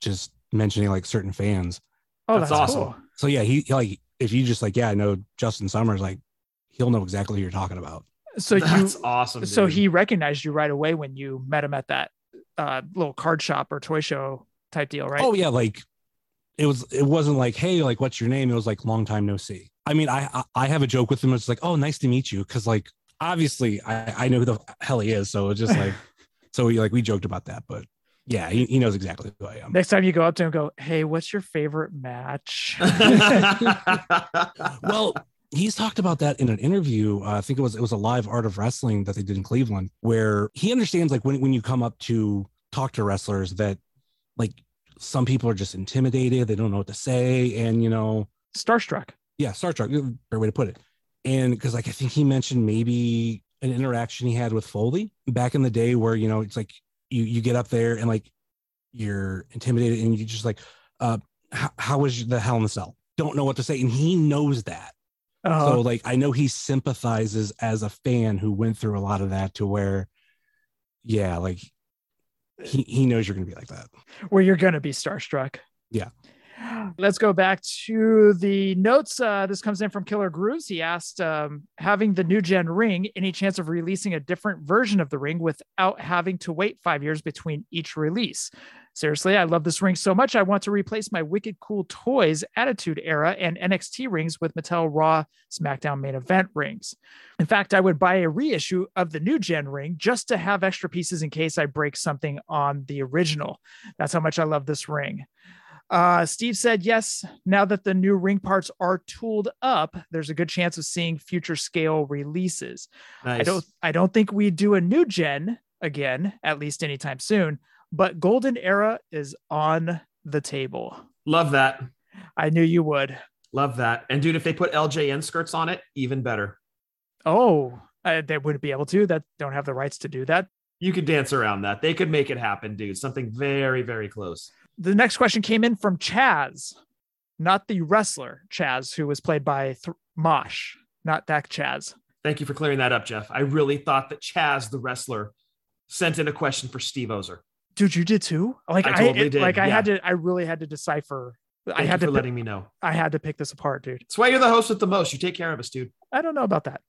just mentioning like certain fans. Oh, that's, That's awesome. Cool. So yeah, he like if you just like yeah, I know Justin Summers, like he'll know exactly who you're talking about. So you That's awesome. so dude. he recognized you right away when you met him at that uh, little card shop or toy show type deal, right? Oh yeah, like it was. It wasn't like, hey, like what's your name? It was like long time no see. I mean, I I, I have a joke with him. It's like, oh, nice to meet you, because like obviously I I know who the hell he is. So it's just like, so we like we joked about that, but yeah, he, he knows exactly who I am. Next time you go up to him, go, hey, what's your favorite match? well he's talked about that in an interview uh, i think it was it was a live art of wrestling that they did in cleveland where he understands like when, when you come up to talk to wrestlers that like some people are just intimidated they don't know what to say and you know Starstruck. yeah star trek fair way to put it and because like i think he mentioned maybe an interaction he had with foley back in the day where you know it's like you you get up there and like you're intimidated and you just like uh how, how was the hell in the cell don't know what to say and he knows that Uh, so like I know he sympathizes as a fan who went through a lot of that to where yeah, like he, he knows you're gonna be like that. where you're going to be starstruck. Yeah. Let's go back to the notes. Uh, this comes in from Killer Grooves. He asked, um, having the new gen ring, any chance of releasing a different version of the ring without having to wait five years between each release? Seriously, I love this ring so much. I want to replace my Wicked Cool Toys Attitude Era and NXT rings with Mattel Raw SmackDown main event rings. In fact, I would buy a reissue of the new gen ring just to have extra pieces in case I break something on the original. That's how much I love this ring. Uh, Steve said, yes, now that the new ring parts are tooled up, there's a good chance of seeing future scale releases. nice. I don't I don't think we do a new gen again, at least anytime soon, but golden era is on the table. love that. I knew you would. Love that. And dude, if they put LJN skirts on it, even better. Oh, uh, they wouldn't be able to. That don't have the rights to do that. You could dance around that. They could make it happen, dude. Something very, very close. the next question came in from Chaz, not the wrestler Chaz, who was played by Th- Mosh, not that Chaz. Thank you for clearing that up, Jeff. I really thought that Chaz, the wrestler, sent in a question for Steve Ozer. dude, you did too. Like I I, totally it- did, like I yeah. had to, I really had to decipher. I Thank had you to, for pick- letting me know. I had to pick this apart, dude. That's why you're the host with the most. You take care of us, dude. I don't know about that.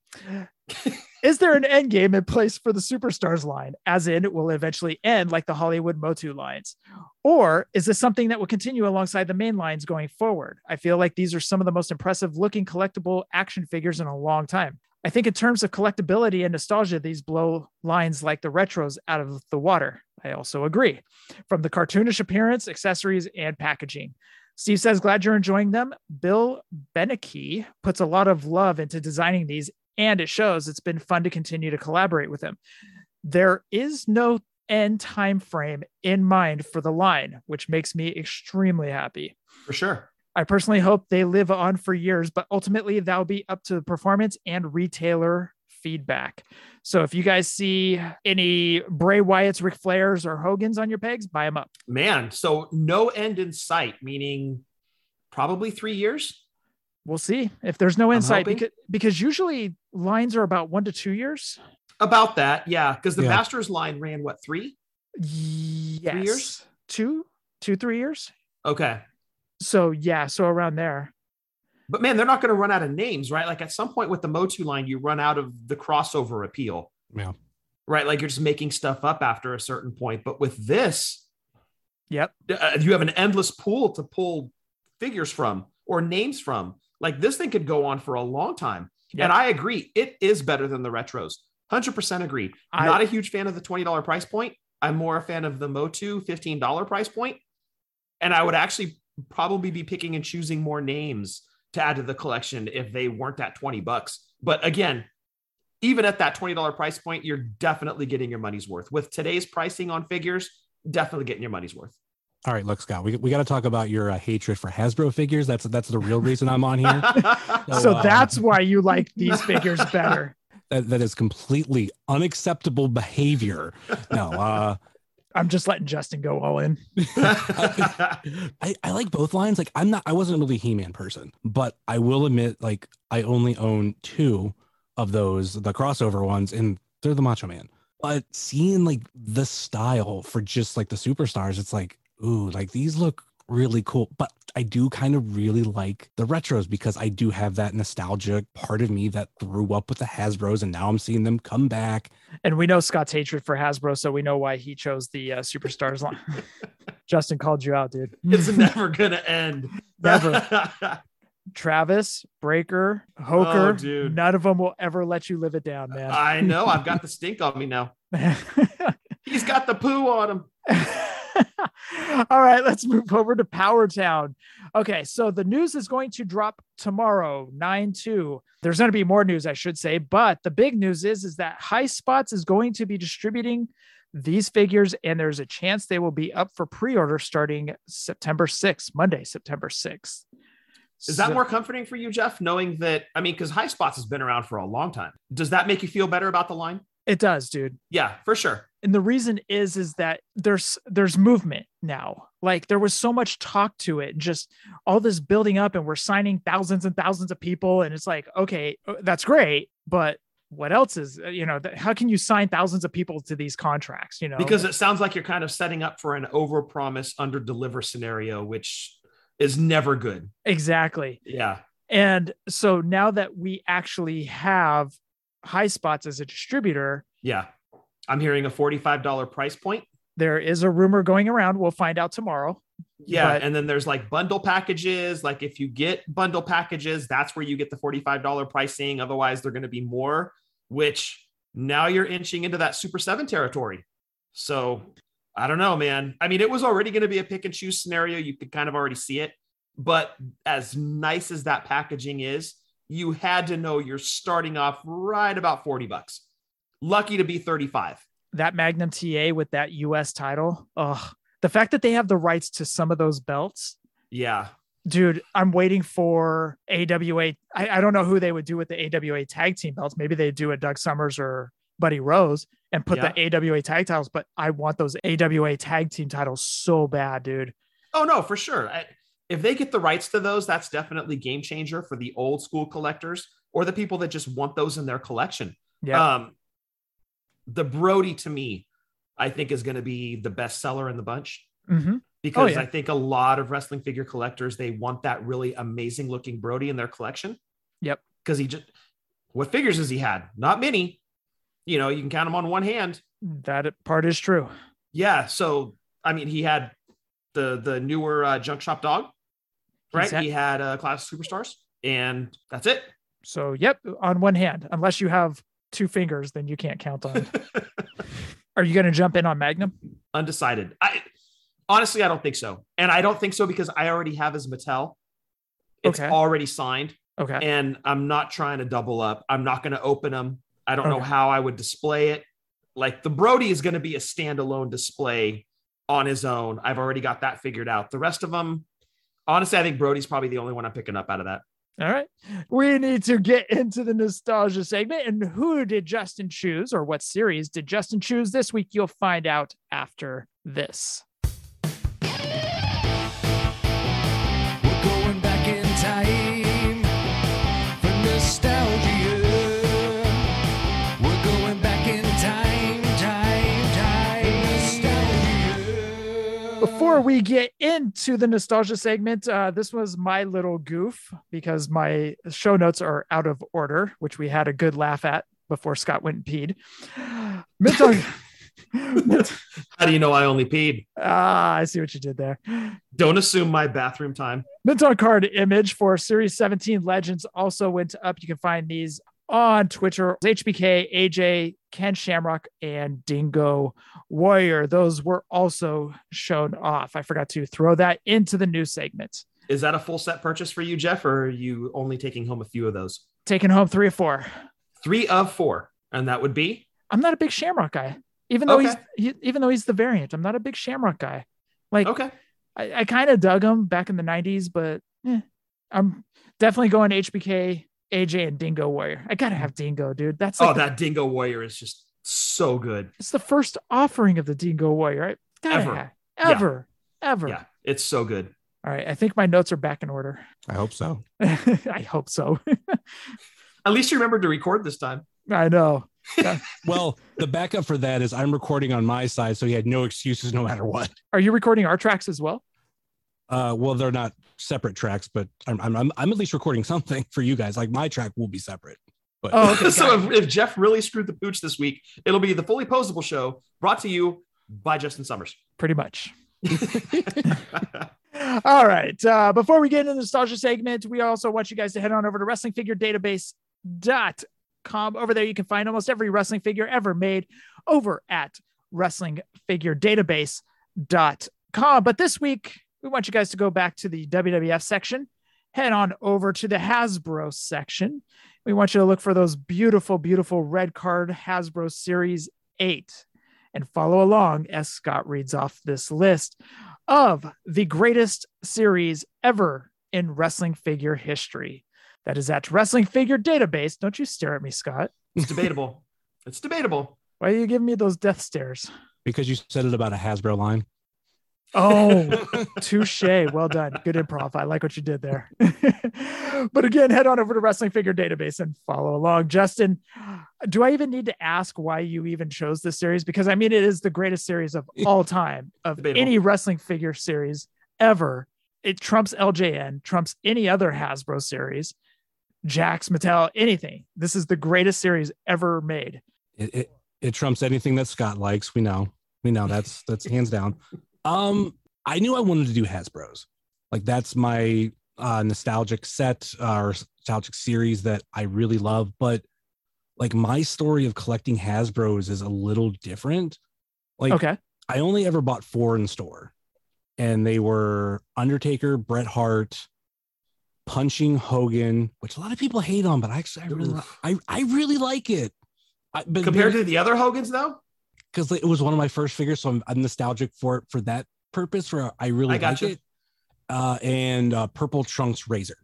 Is there an end game in place for the superstars line, as in it will eventually end like the Hollywood Motu lines? Or is this something that will continue alongside the main lines going forward? I feel like these are some of the most impressive looking collectible action figures in a long time. I think in terms of collectability and nostalgia, these blow lines like the retros out of the water. I also agree. From the cartoonish appearance, accessories, and packaging. Steve says, glad you're enjoying them. Bill Beneke puts a lot of love into designing these, and it shows it's been fun to continue to collaborate with him. There is no end time frame in mind for the line, which makes me extremely happy. For sure. I personally hope they live on for years, but ultimately that'll be up to the performance and retailer feedback. So if you guys see any Bray Wyatt's, Ric Flair's, or Hogan's on your pegs, buy them up. Man, so no end in sight, meaning probably three years. We'll see if there's no insight hoping. because, because usually lines are about one to two years. About that, yeah. Because the Yeah. Masters line ran what three? Yes. Three years? Two, two, three years. Okay. So yeah, so around there. But man, they're not going to run out of names, right? Like at some point with the Motu line, you run out of the crossover appeal, Yeah. right? Like you're just making stuff up after a certain point. But with this, Yep. uh, you have an endless pool to pull figures from or names from. Like this thing could go on for a long time. Yep. And I agree, it is better than the retros. 100% agree. I- Not a huge fan of the $20 price point. I'm more a fan of the Motu $15 price point. And I would actually probably be picking and choosing more names to add to the collection if they weren't at 20 bucks. But again, even at that $20 price point, you're definitely getting your money's worth. With today's pricing on figures, definitely getting your money's worth. All right, look, Scott, we, we got to talk about your uh, hatred for Hasbro figures. That's that's the real reason I'm on here. That's Oh, so wow. that's why you like these figures better. that, that is completely unacceptable behavior. No, uh, I'm just letting Justin go all in. I, I like both lines. Like I'm not I wasn't really a He-Man person, but I will admit, like I only own two of those, the crossover ones, and they're the Macho Man. But seeing like the style for just like the superstars, it's like, ooh, like these look really cool. But I do kind of really like the retros because I do have that nostalgic part of me that grew up with the Hasbros and now I'm seeing them come back. And we know Scott's hatred for Hasbro, so we know why he chose the uh, superstars line. Justin called you out, dude. it's never gonna end. Never. Travis, Breaker, Hoker, Oh, dude. none of them will ever let you live it down, man. I know. I've got the stink on me now. Uh, He's got the poo on him. All right, let's move over to Power Town. Okay, so the news is going to drop tomorrow, 9 2. There's going to be more news, I should say, but the big news is, is that High Spots is going to be distributing these figures, and there's a chance they will be up for pre order starting September 6th, Monday, September 6th. Is that So- more comforting for you, Jeff? Knowing that, I mean, because High Spots has been around for a long time. Does that make you feel better about the line? It does, dude. Yeah, for sure. and the reason is is that there's there's movement now like there was so much talk to it just all this building up and we're signing thousands and thousands of people and it's like okay uh, that's great but what else is uh, you know th- how can you sign thousands of people to these contracts you know Because it sounds like you're kind of setting up for an overpromise, underdeliver scenario, which is never good. exactly Yeah. and so now that we actually have high spots as a distributor Yeah. I'm hearing a $45 price point. there is a rumor going around we'll find out tomorrow Yeah, But- and then there's like bundle packages. Like if you get bundle packages, that's where you get the forty-five dollar pricing. Otherwise, they're going to be more. Which now you're inching into that Super Seven territory. So I don't know, man. I mean, it was already going to be a pick and choose scenario. You could kind of already see it. But as nice as that packaging is, you had to know you're starting off right about forty bucks. Lucky to be thirty-five. that Magnum TA with that US title. Ugh. The fact that they have the rights to some of those belts, Yeah, dude, I'm waiting for AWA. I, I don't know who they would do with the AWA tag team belts. Maybe they do a Doug Summers or Buddy Rose and put the AWA tag titles, but I want those AWA tag team titles so bad, dude. Oh no, for sure. I, if they get the rights to those, that's definitely game changer for the old school collectors or the people that just want those in their collection. Yeah. Um, the Brody Um, to me I think is going to be the best seller in the bunch Mhm. because yeah. I think a lot of wrestling figure collectors they want that really amazing looking Brody in their collection. Yep. Because he just what figures has he had? Not many. You know, you can count them on one hand. That part is true. Yeah. So I mean, he had the the newer uh, junk shop dog, right? Exact- He had uh, class superstars, and that's it. So, yep, on one hand, unless you have two fingers, then you can't count on. it. Are you going to jump in on Magnum? Undecided. I honestly, I don't think so, and I don't think so because I already have his Mattel. It's Okay. already signed. Okay. and I'm not trying to double up. I'm not going to open them. I don't know Okay. how I would display it. Like the Brody is going to be a standalone display on his own. I've already got that figured out. The rest of them, honestly, I think Brody's probably the only one I'm picking up out of that. All right. We need to get into the nostalgia segment. And who did Justin choose, or what series did Justin choose this week? You'll find out after this. We're going back in time for nostalgia. We're going back in time, time, time, nostalgia. Before we get into the nostalgia segment, uh, this was my little goof because my show notes are out of order, which we had a good laugh at before Scott went and peed. Midtown. How do you know I only peed? ah, I see what you did there. Don't assume my bathroom time. Menton card image for Series 17 Legends also went up. You can find these on Twitter. HBK, AJ, Ken Shamrock, and Dingo Warrior. Those were also shown off. I forgot to throw that into the news segment. Is that a full set purchase for you, Jeff, or are you only taking home a few of those? Taking home three or four. Three of four, and that would be I'm not a big Shamrock guy, even though Okay. he's he, even though he's the variant. I'm not a big Shamrock guy. Like okay. I, I kind of dug him back in the 90s, but eh, I'm definitely going HBK, AJ, and Dingo Warrior. I gotta have Dingo, dude. That's like Oh, the- that Dingo Warrior is just so good. It's the first offering of the Dingo Warrior. I gotta Ever. have- Yeah. ever, ever. Yeah, it's so good. All right, I think my notes are back in order. I hope so. I hope so. At least you remembered to record this time. I know. Well, the backup for that is I'm recording on my side, so he had no excuses no matter what. Are you recording our tracks as well? Uh, well, they're not separate tracks, but I'm, I'm I'm I'm at least recording something for you guys. Like my track will be separate. But Oh, okay. so if, if Jeff really screwed the pooch this week, it'll be the fully posable show brought to you by Justin Summers. Pretty much. All right. Uh, before we get into the nostalgia segment, we also want you guys to head on over to wrestlingfiguredatabase.com. Over there, you can find almost every wrestling figure ever made over at wrestlingfiguredatabase.com. But this week, we want you guys to go back to the WWF section, head on over to the Hasbro section. We want you to look for those beautiful, beautiful red card Hasbro Series 8 and follow along as Scott reads off this list of the greatest series ever in wrestling figure history. That is at Wrestling Figure Database. Don't you stare at me, Scott. It's debatable. It's debatable. Why are you giving me those death stares? because you said it about a Hasbro line. Oh, touche. Well done. Good improv. I like what you did there. but again, head on over to Wrestling Figure Database and follow along. Justin, do I even need to ask why you even chose this series? Because I mean, it is the greatest series of all time of Debatable. any wrestling figure series ever. It trumps LJN, trumps any other Hasbro series, Jax, Mattel, anything. This is the greatest series ever made. It, it it trumps anything that Scott likes. We know. We know that's that's hands down. Um, I knew I wanted to do Hasbro's. Like that's my uh, nostalgic set uh, or nostalgic series that I really love. But like my story of collecting Hasbro's is a little different. Like Okay. I only ever bought four in store, and they were Undertaker, Bret Hart, Punching Hogan, which a lot of people hate on, but I actually I really, li- Oof. I, I really like it. I, but Compared to the other Hogans, though, because it was one of my first figures, so I'm, I'm nostalgic for it for that purpose. Where I really I like gotcha. it. Uh, and uh, Purple Trunks Razor.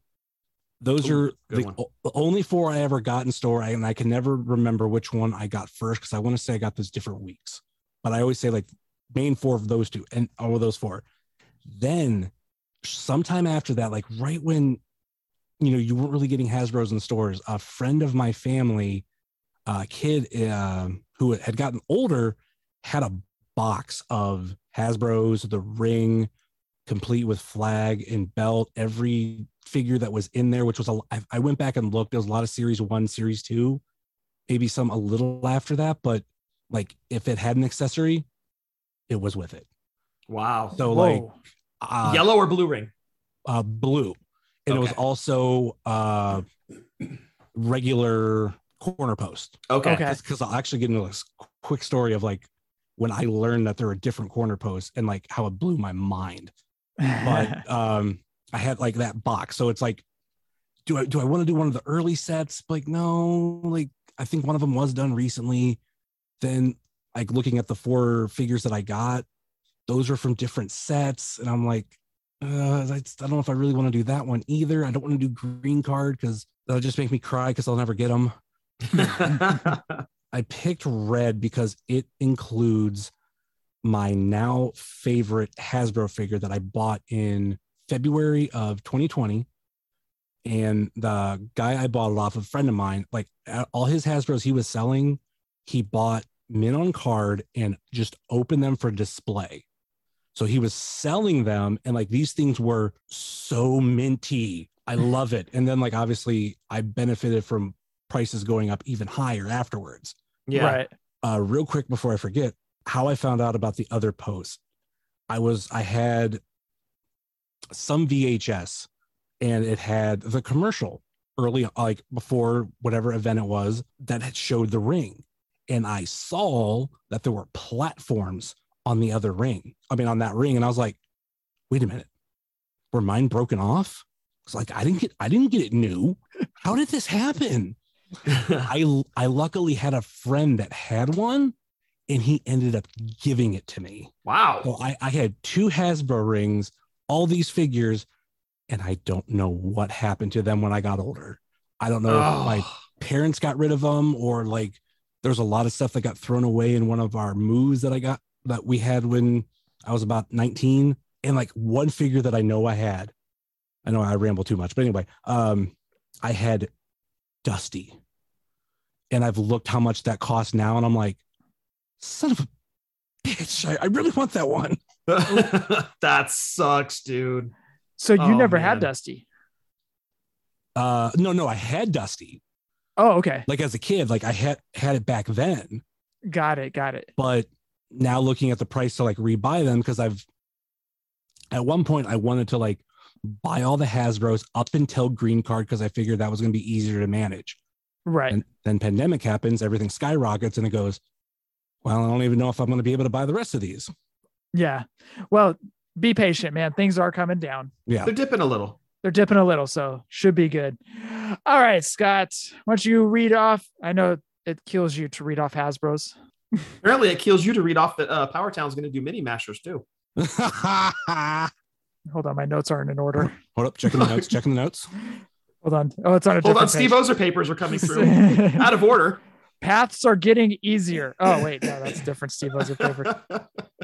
Those Ooh, are good the one. o- the only four I ever got in store, I- and I can never remember which one I got first because I want to say I got those different weeks. But I always say like main four of those two and all of those four. Then sometime after that, like right when you know you weren't really getting Hasbro's in stores, a friend of my uh, family, a kid um, who had gotten older, had a box of Hasbro's, the ring, complete with flag and belt, every figure that was in there, which was a. I, I went back and looked. There was a lot of series one, series two, maybe some a little after that, but like if it had an accessory, it was with it. Wow. So, like, Uh, yellow or blue ring? uh, blue, and it was Okay. also uh, regular corner post. Okay. Okay. Because I'll actually get into this quick story of like when I learned that there were different corner posts and like how it blew my mind. But um, I had like that box, so it's like, do I do I want to do one of the early sets? Like no, like I think one of them was done recently. Then like looking at the four figures that I got, those are from different sets, and I'm like, uh, I, just- I don't know if I really want to do that one either. I don't want to do green card because that'll just make me cry because I'll never get them. I picked red because it includes my now favorite Hasbro figure that I bought in February of 2020. And the guy I bought it off, a friend of mine, like uh, all his Hasbros he was selling, he bought mint on card and just opened them for display. So he was selling them, and like these things were so minty. I love it. And then, like, obviously, I benefited from prices going up even higher afterwards yeah. Right. uh, real quick before I forget how I found out about the other post. I was I had some VHS and it had the commercial early like before whatever event it was that had showed the ring and I saw that there were platforms on the other ring. I mean on that ring and I was like wait a minute. Were mine broken off? It's like I didn't get I didn't get it new. How did this happen? I I luckily had a friend that had one, and he ended up giving it to me. wow. Oh, So I, I had two Hasbro rings, all these figures, and I don't know what happened to them when I got older. I don't know if my Oh. parents got rid of them or like there's a lot of stuff that got thrown away in one of our moves that I got that we had when I was about 19. And like one figure that I know I had, I know I ramble too much, but anyway, um, I had Dusty. And I've looked how much that costs now, and I'm like, son of a bitch, I, I really want that one. that sucks, dude. So you Oh, never man. had Dusty. Uh, no, no, I had Dusty. Oh, okay. Like as a kid, like I had had it back then, Got it. Got it. but now looking at the price to like rebuy them because I've at one point I wanted to like buy all the Hasbro's up until green card because I figured that was going to be easier to manage. Right. And then pandemic happens, everything skyrockets, and it goes. Well, I don't even know if I'm going to be able to buy the rest of these. Yeah. Well, be patient, man. Things are coming down. Yeah. They're dipping a little. They're dipping a little, so should be good. All right, Scott. Why don't you read off? I know it kills you to read off Hasbro's. Apparently, it kills you to read off that uh, Power Town's going to do mini mashers too. Hold on, my notes aren't in order. Hold up, checking the notes, checking the notes. Hold on. Oh, it's on a Hold on, Steve different Ozer papers are coming page. through out of order. Paths are getting easier. Oh wait, no, that's different. Steve was your favorite.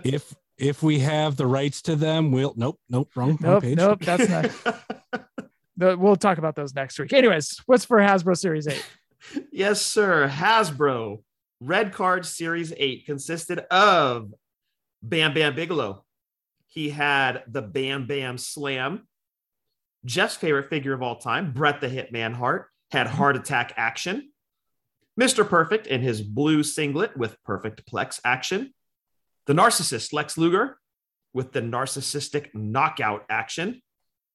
If if we have the rights to them, we'll nope, nope, wrong, wrong Nope, page. nope, that's not. no, We'll talk about those next week. Anyways, what's for Hasbro Series Eight? Yes, sir. Hasbro Red Card Series 8 consisted of Bam Bam Bigelow. He had the Bam Bam Slam. Jeff's favorite figure of all time, Brett the Hitman Hart, had heart attack action. Mr. Perfect in his blue singlet with perfect plex action. The narcissist Lex Luger with the narcissistic knockout action.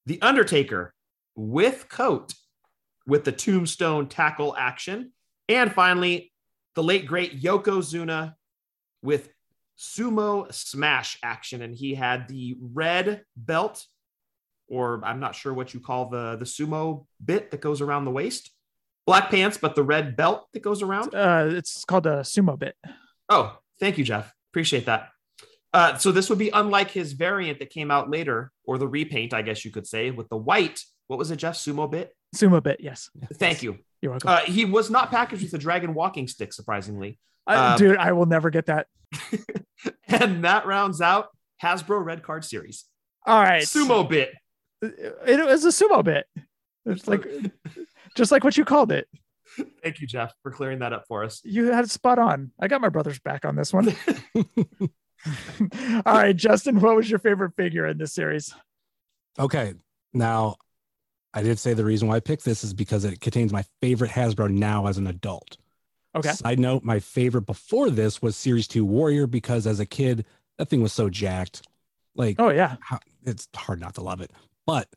The Undertaker with coat with the tombstone tackle action. And finally, the late great Yokozuna with sumo smash action. And he had the red belt, or I'm not sure what you call the, the sumo bit that goes around the waist. Black pants, but the red belt that goes around. Uh, it's called the Sumo Bit. Oh, thank you, Jeff. Appreciate that. Uh, so this would be unlike his variant that came out later, or the repaint, I guess you could say, with the white. What was it, Jeff? Sumo bit. Sumo Bit. Yes, Thank you. you're welcome, Uh, he was not packaged with a dragon walking stick, surprisingly. I- uh, dude. I will never get that. And that rounds out Hasbro Red Card Series. All right, Sumo bit. It was a Sumo Bit. It's like just like what you called it. Thank you, Jeff, for clearing that up for us. You had it spot on. I got my brother's back on this one. All right, Justin, what was your favorite figure in this series? Okay. Now, I did say the reason why I picked this is because it contains my favorite Hasbro now as an adult. Okay. Side note, my favorite before this was Series 2 Warrior because as a kid, that thing was so jacked. Like, Oh yeah. how, it's hard not to love it. But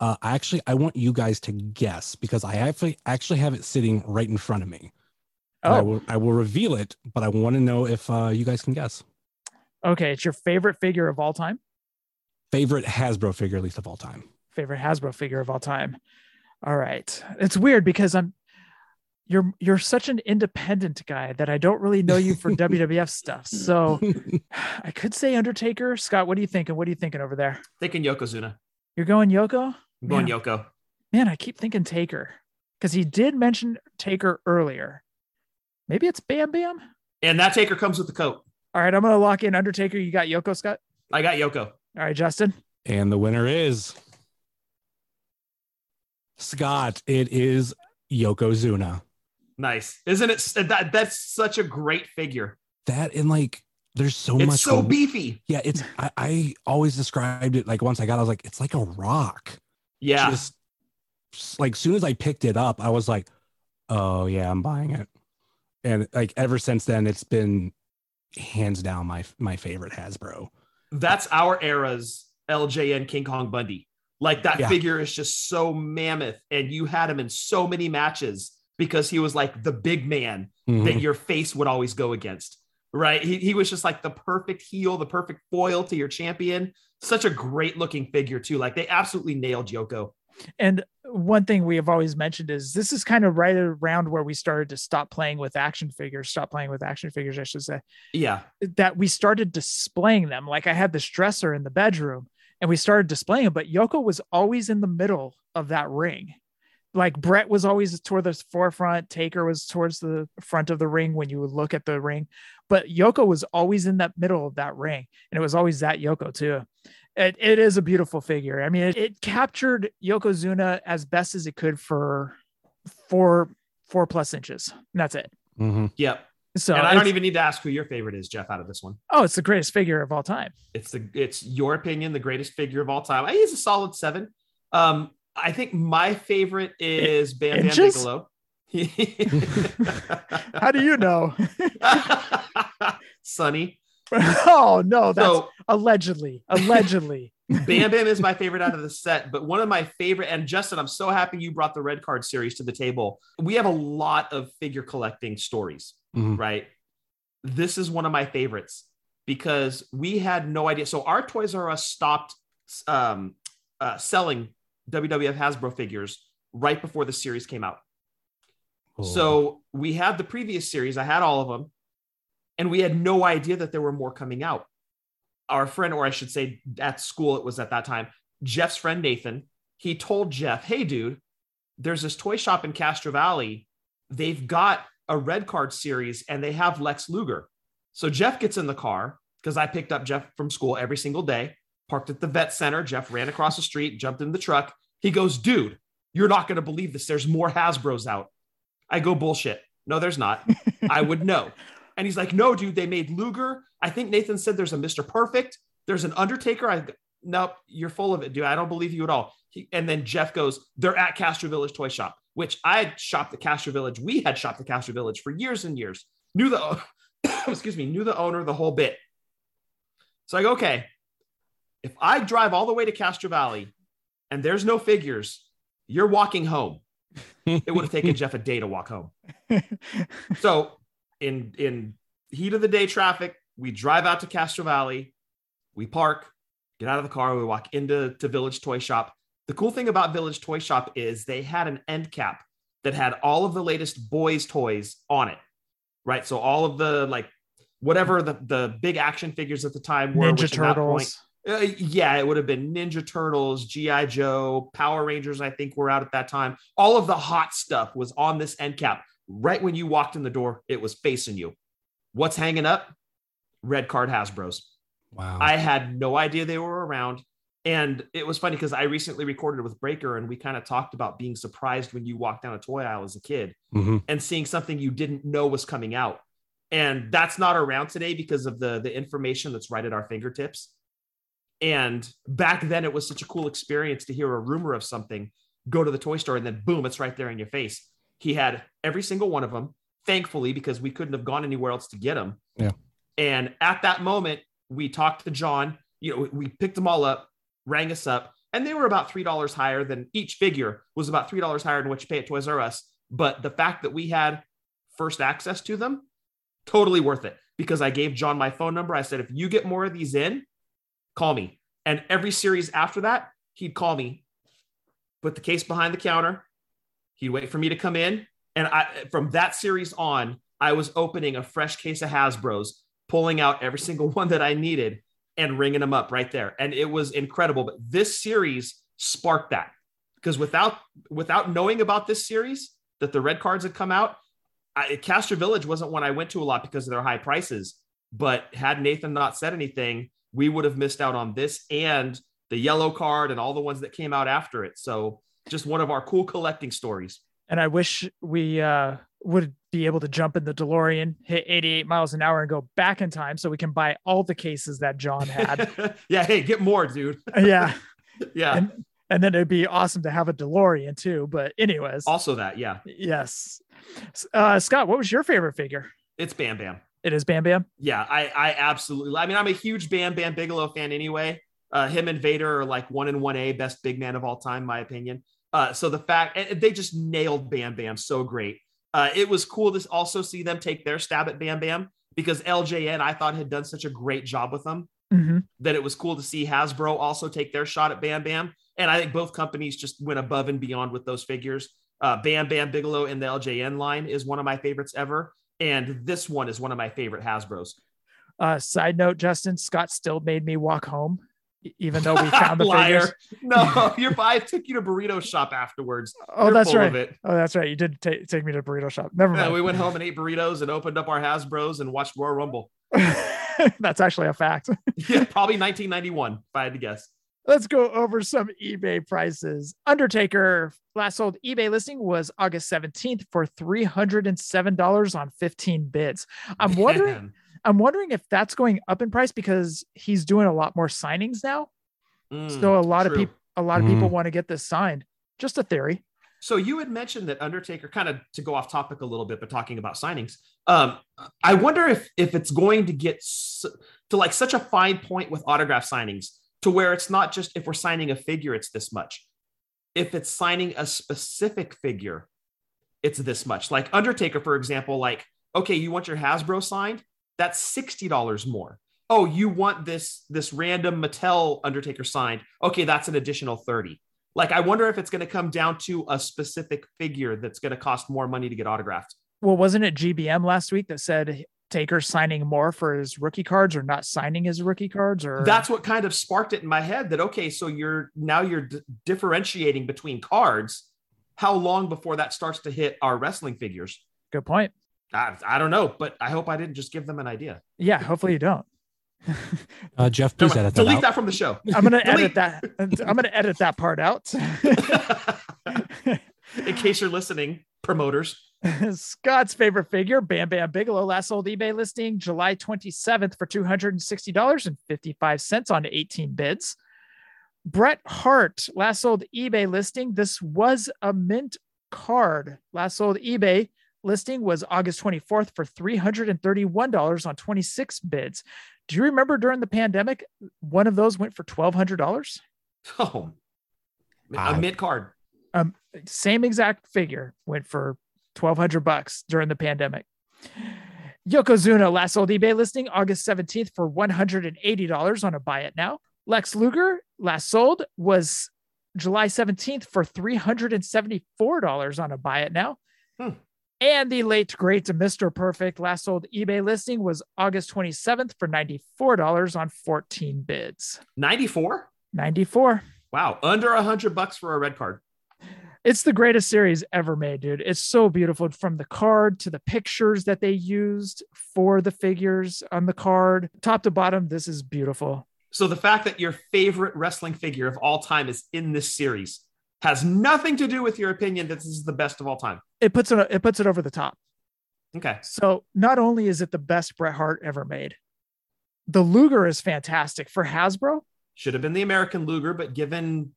uh, I actually, I want you guys to guess because I actually actually have it sitting right in front of me. And I Oh. will, I will reveal it, but I want to know if uh, you guys can guess. Okay, it's your favorite figure of all time. Favorite Hasbro figure, at least of all time. Favorite Hasbro figure of all time. All right. It's weird because I'm you're you're such an independent guy that I don't really know you for WWF stuff. So I could say Undertaker. Scott, what are you thinking? What are you thinking over there? Thinking Yokozuna. You're going Yoko? I'm going Yeah. Yoko. Man, I keep thinking Taker because he did mention Taker earlier. Maybe it's Bam Bam. And that taker comes with the coat. All right, I'm gonna lock in Undertaker. You got Yoko, Scott. I got Yoko. All right, Justin. And the winner is Scott. It is Yokozuna. Nice. Isn't it? That, that's such a great figure. That and like, there's so much. it's so beefy. Yeah, it's. I, I always described it like once I got, it, I was like, it's like a rock. Yeah. Just s- like soon as I picked it up, I was like, oh yeah, I'm buying it. And like ever since then, it's been hands down my my favorite Hasbro. that's our era's LJN King Kong Bundy. Like that Yeah. figure is just so mammoth, and you had him in so many matches because he was like the big man that Mhm. your face would always go against. Right? He, he was just like the perfect heel, the perfect foil to your champion. Such a great looking figure too. Like they absolutely nailed Yoko. And one thing we have always mentioned is this is kind of right around where we started to stop playing with action figures, stop playing with action figures, I should say, Yeah, that we started displaying them. Like I had this dresser in the bedroom and we started displaying them, but Yoko was always in the middle of that ring. Like Brett was always toward the forefront, Taker was towards the front of the ring when you would look at the ring, but Yoko was always in that middle of that ring. And it was always that Yoko, too. It, it is a beautiful figure. I mean, it, it captured Yokozuna as best as it could for four, four plus inches. And that's it. Mhm. yep. So and I don't it's- even need to ask who your favorite is, Jeff. Out of this one, oh, it's the greatest figure of all time. it's the it's your opinion, the greatest figure of all time. I use a solid seven. Um, I think my favorite is Bam Bam Inches? Bigelow. How do you know? Sonny. oh no, that's So allegedly. Allegedly. Bam Bam is my favorite out of the set, but one of my favorite, and Justin, I'm so happy you brought the red card series to the table. We have a lot of figure collecting stories, Mhm. right? This is one of my favorites because we had no idea. So our Toys R Us stopped um, uh, selling WWF Hasbro figures right before the series came out. So we had the previous series. I had all of them, and we had no idea that there were more coming out. Our friend, or I should say, at school it was at that time. Jeff's friend Nathan. He told Jeff, "Hey, dude, there's this toy shop in Castro Valley. They've got a red card series, and they have Lex Luger." So Jeff gets in the car because I picked up Jeff from school every single day. Parked at the vet center. Jeff ran across the street, jumped in the truck. He goes, "Dude, you're not going to believe this. There's more Hasbro's out." I go, bullshit. No, there's not. I would know. And he's like, no, dude, they made Luger. I think Nathan said there's a Mr. Perfect. There's an Undertaker. I nope, you're full of it, dude. I don't believe you at all. He, and then Jeff goes, they're at Castro Village Toy Shop, which I had shopped at Castro Village. We had shopped at Castro Village for years and years. Knew the excuse me, knew the owner the whole bit. So I go, okay, if I drive all the way to Castro Valley and there's no figures, you're walking home it would have taken Jeff a day to walk home. so in in heat of the day traffic, we drive out to Castro Valley, we park, get out of the car, we walk into to Village Toy Shop. The cool thing about Village Toy Shop is they had an end cap that had all of the latest boys' toys on it. Right. So all of the like whatever the, the big action figures at the time were Ninja which at that point- Turtles. uh, yeah, it would have been Ninja Turtles, G.I. Joe, Power Rangers, I think were out at that time. All of the hot stuff was on this end cap. Right when you walked in the door, it was facing you. What's hanging up? Red card Hasbros. wow. I had no idea they were around. And it was funny because I recently recorded with Breaker and we kind of talked about being surprised when you walked down a toy aisle as a kid Mhm. and seeing something you didn't know was coming out. and that's not around today because of the the information that's right at our fingertips and back then it was such a cool experience to hear a rumor of something go to the toy store and then boom it's right there in your face he had every single one of them thankfully because we couldn't have gone anywhere else to get them Yeah. and at that moment we talked to john you know we- we picked them all up rang us up and they were about three dollars higher than each figure was about three dollars higher than what you pay at toys r us but the fact that we had first access to them totally worth it because I gave John my phone number. I said, if you get more of these in, call me. And every series after that, he'd call me, put the case behind the counter. He'd wait for me to come in. And I, from that series on, I was opening a fresh case of Hasbro's, pulling out every single one that I needed and ringing them up right there. And it was incredible. But this series sparked that because without without knowing about this series that the red cards had come out, I, Castro Village wasn't one I went to a lot because of their high prices. But had Nathan not said anything, we would have missed out on this and the yellow card and all the ones that came out after it. So just one of our cool collecting stories. and I wish we uh, would be able to jump in the DeLorean, hit 88 miles an hour, and go back in time so we can buy all the cases that John had. yeah, hey, get more, dude. yeah, Yeah. And- and then it'd be awesome to have a DeLorean too. But anyways, also that, yeah. yes. S- Uh, Scott, what was your favorite figure? It's Bam Bam. It is Bam Bam. Yeah, I I absolutely. I mean, I'm a huge Bam Bam Bigelow fan anyway. Uh, him and Vader are like one and one A best big man of all time, my opinion. Uh, so the fact and they just nailed Bam Bam so great. Uh, it was cool to also see them take their stab at Bam Bam because LJN I thought had done such a great job with them hmm that it was cool to see Hasbro also take their shot at Bam Bam. And I think both companies just went above and beyond with those figures. Uh, Bam Bam Bigelow in the LJN line is one of my favorites ever. And this one is one of my favorite Hasbro's. Uh, side note, Justin, Scott still made me walk home, e- even though we found the Liar. figures. No, your I took you to burrito shop afterwards. Oh, You're that's full right. Of it. Oh, that's right. You did ta- take me to burrito shop. Never Yeah, mind. we went home and ate burritos and opened up our Hasbro's and watched Royal Rumble. that's actually a fact. Yeah, probably 1991, if I had to guess. Let's go over some eBay prices. Undertaker last sold eBay listing was August 17th for $307 on 15 bids. I'm wondering Man. I'm wondering if that's going up in price because he's doing a lot more signings now. Mm, so a lot of true. people a lot of people want to get this signed. Just a theory. So you had mentioned that Undertaker, kind of to go off topic a little bit, but talking about signings, um, I wonder if if it's going to get s- to like such a fine point with autograph signings to where it's not just if we're signing a figure, it's this much. If it's signing a specific figure, it's this much. Like Undertaker, for example, like okay, you want your Hasbro signed? That's sixty dollars more. Oh, you want this this random Mattel Undertaker signed? Okay, that's an additional thirty. Like, I wonder if it's going to come down to a specific figure that's going to cost more money to get autographed. Well, wasn't it GBM last week that said Taker signing more for his rookie cards or not signing his rookie cards or That's what kind of sparked it in my head that okay, so you're now you're d- differentiating between cards. How long before that starts to hit our wrestling figures? good point. I, I don't know, but I hope I didn't just give them an idea. Yeah, hopefully you don't. Uh, Jeff, please Never mind. edit that Delete out. that from the show. I'm gonna Delete. edit that. I'm gonna edit that part out. in case you're listening, promoters. Scott's favorite figure, Bam Bam Bigelow, last sold eBay listing July 27th for $260.55 on 18 bids. Bret Hart, last sold eBay listing. This was a mint card. Last sold eBay listing was August 24th for $331 on 26 bids. Do you remember during the pandemic, one of those went for $1,200? Oh, a I- mid card. same exact figure went for 1200 bucks during the pandemic yokozuna last sold ebay listing august 17th for $180 on a buy it now lex luger last sold was july 17th for $374 on a buy it now Hmm. and the late great mr perfect last sold ebay listing was august 27th for $94 on 14 bids 94? 94 Wow. Under a hundred bucks for a red card. it's the greatest series ever made, dude. It's so beautiful from the card to the pictures that they used for the figures on the card, top to bottom. This is beautiful. So the fact that your favorite wrestling figure of all time is in this series has nothing to do with your opinion that this is the best of all time. It puts it it puts it over the top. Okay. So not only is it the best Bret Hart ever made, the Luger is fantastic for Hasbro. Should have been the American Luger, but given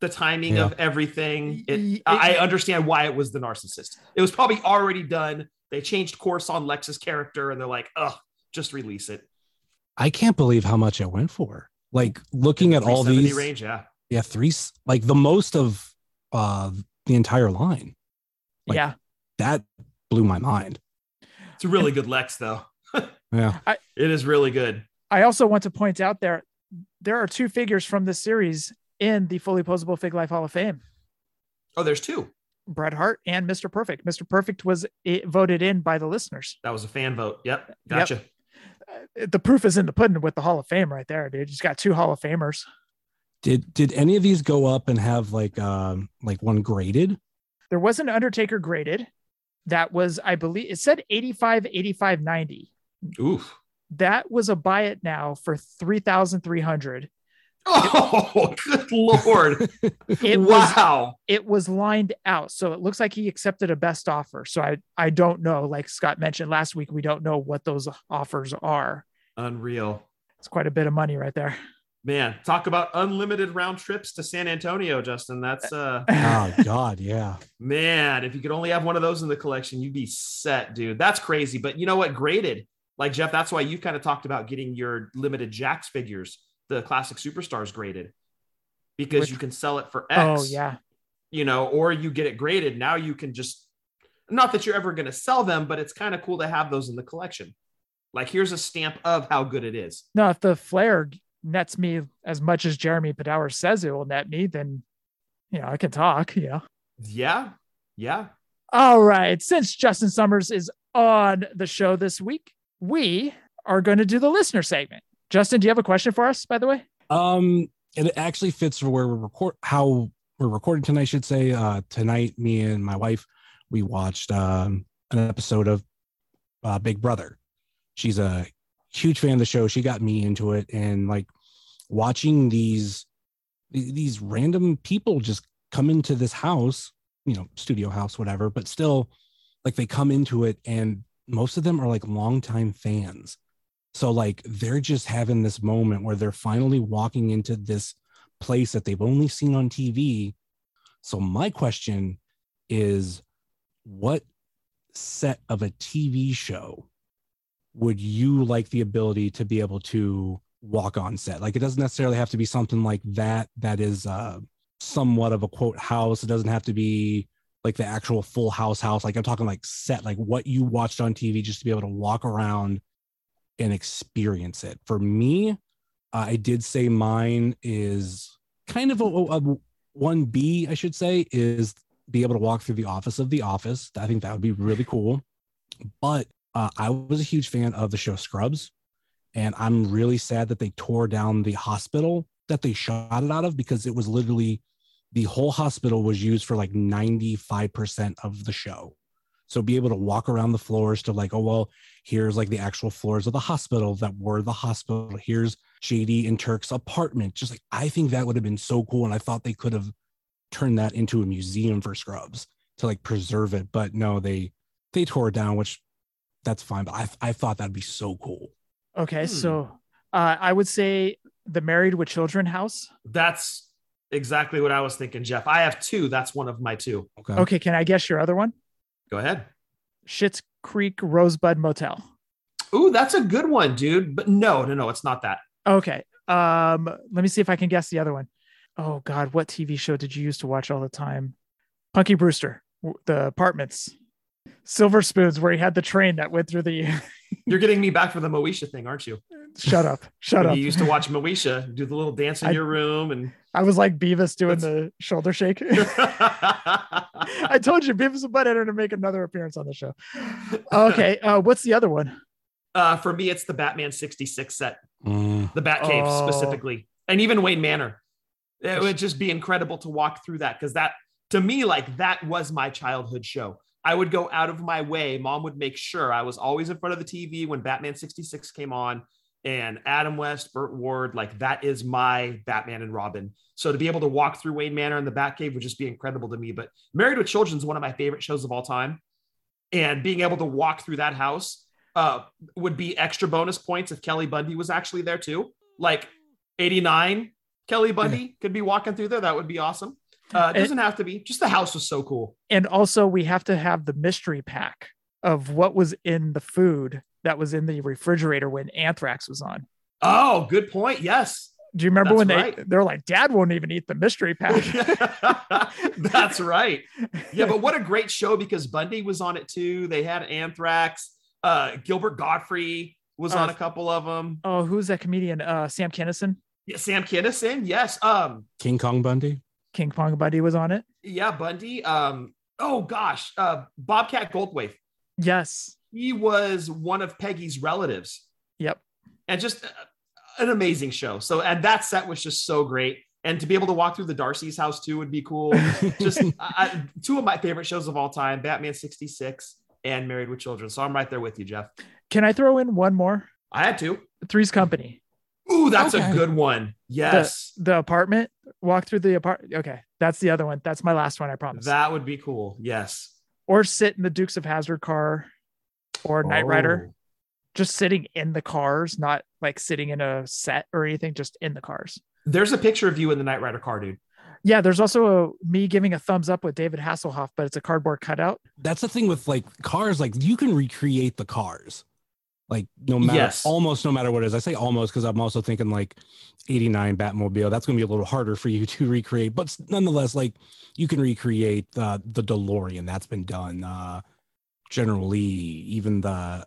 the timing Yeah. of everything, it, Y- I I understand why it was the narcissist. It was probably already done. They changed course on Lex's character, and they're like, "Ugh, just release it." I can't believe how much it went for. Like looking at all 370 these, range, yeah. yeah, three like the most of uh the entire line. Like- yeah. That blew my mind. It's a really good Lex, though. Yeah, It is really good. I also want to point out there there are two figures from this series in the fully posable Fig Life Hall of Fame. Oh, there's two. Bret Hart and Mr. Perfect. Mr. Perfect was eh, voted in by the listeners. That was a fan vote. Yep. Gotcha. Uh, The proof is in the pudding with the Hall of Fame right there, dude. He's got two Hall of Famers. did did any of these go up and have like um like one graded? There was an Undertaker graded that was, I believe, it said 85, 85, 90. Oof. That was a buy it now for 3,300. Oh, good lord. It was wow. it was lined out. So it looks like he accepted a best offer. So I I don't know. Like Scott mentioned last week, we don't know what those offers are. Unreal. It's quite a bit of money right there. Man, talk about unlimited round trips to San Antonio, Justin. That's uh Oh God, yeah. man, if you could only have one of those in the collection, you'd be set, dude. That's crazy. But you know what? Graded. Like Jeff, that's why you kind of talked about getting your limited Jax figures, the classic superstars graded. Because Which- you can sell it for X. oh yeah. you know, or you get it graded. Now you can just, not that you're ever going to sell them, but it's kind of cool to have those in the collection. Like, here's a stamp of how good it is. No, if the flare nets me as much as Jeremy Padower says it will net me, then you know I can talk. Yeah. Yeah. Yeah. All right. Since Justin Summers is on the show this week, we are going to do the listener segment. Justin, do you have a question for us, by the way? Um, and it actually fits for where we're record how we're recording tonight. I should say uh, tonight, me and my wife we watched um, an episode of uh, Big Brother. She's a huge fan of the show. She got me into it, and like watching these th- these random people just come into this house, you know, studio house, whatever. But still, like they come into it, and most of them are like longtime fans. So like they're just having this moment where they're finally walking into this place that they've only seen on TV. So my question is what set of a TV show would you like the ability to be able to walk on set? Like it doesn't necessarily have to be something like that that is uh somewhat of a quote house. It doesn't have to be like the actual full house house. Like I'm talking like set, like what you watched on TV just to be able to walk around and experience it. For me, I did say mine is kind of a, a- a 1B, I should say, is be able to walk through the office of the office. I think that would be really cool. But uh, I was a huge fan of the show Scrubs, and I'm really sad that they tore down the hospital that they shot it out of because it was literally the whole hospital was used for like 95% of the show. So be able to walk around the floors to like, oh, well, here's like the actual floors of the hospital that were the hospital. Here's JD and Turk's apartment. Just like, I think that would have been so cool. And I thought they could have turned that into a museum for scrubs to like preserve it. But no, they, they tore it down, which that's fine. But I, I thought that'd be so cool. Okay, Hmm. so uh, I would say the Married with Children house. That's exactly what I was thinking, Jeff. I have two. That's one of my two. Okay. Okay, can I guess your other one? Go ahead. Schitt's Creek Rosebud Motel. Ooh, that's a good one, dude. But no, no, no, it's not that. Okay. Um, let me see if I can guess the other one. Oh God, what TV show did you used to watch all the time? Punky Brewster, w- The Apartments, Silver Spoons, where he had the train that went through the. You're getting me back for the Moesha thing, aren't you? shut up! Shut up! You used to watch Moesha do the little dance in I- your room and I was like Beavis doing That's- the shoulder shake. I told you Beavis and Butthead are to make another appearance on the show. Okay, uh, what's the other one? uh, for me, it's the Batman 66 set. Mm. the Batcave Oh. specifically, and even Wayne Manor. It would just be incredible to walk through that because that, to me, like that was my childhood show. I would go out of my way. Mom would make sure I was always in front of the TV when Batman 66 came on and Adam West, Burt Ward, like that is my Batman and Robin. So to be able to walk through Wayne Manor and the Batcave would just be incredible to me. But Married with Children is one of my favorite shows of all time. and being able to walk through that house uh, would be extra bonus points if Kelly Bundy was actually there too. Like 89 Kelly Bundy could be walking through there. That would be awesome. Uh, it And- doesn't have to be. Just the house was so cool. and also we have to have the mystery pack of what was in the food that was in the refrigerator when anthrax was on Oh, good point. Yes. do you remember That's when they right. they're like dad won't even eat the mystery pack That's right. Yeah, but what a great show because Bundy was on it too. They had Anthrax. Uh, Gilbert Godfrey was Uh, on a couple of them. oh who's that comedian uh sam kennison Yeah, Sam Kinison, yes. Um, King Kong Bundy. king kong buddy was on it yeah, Bundy. Um, oh gosh, uh, Bobcat Goldthwait. yes He was one of Peggy's relatives, yep and just uh, an amazing show. So, and that set was just so great. And to be able to walk through the Darcy's house too would be cool. just I, I, two of my favorite shows of all time: Batman '66 and Married with Children. So I'm right there with you, Jeff. can i throw in one more I had to. three's company Ooh, that's Okay. a good one. Yes, the apartment walk through the apartment okay that's the other one that's my last one i promise that would be cool. Yes, or sit in the dukes of hazard car or Knight rider Oh. just sitting in the cars, not like sitting in a set or anything, just in the cars. There's a picture of you in the Knight Rider car, dude. Yeah, there's also a me giving a thumbs up with David Hasselhoff, but it's a cardboard cutout. That's the thing with like cars. Like you can recreate the cars, like no matter Yes. almost no matter what it is. I say almost because I'm also thinking like '89 Batmobile. That's going to be a little harder for you to recreate, but s- nonetheless, like you can recreate uh, the DeLorean. That's been done. Uh, General Lee, even the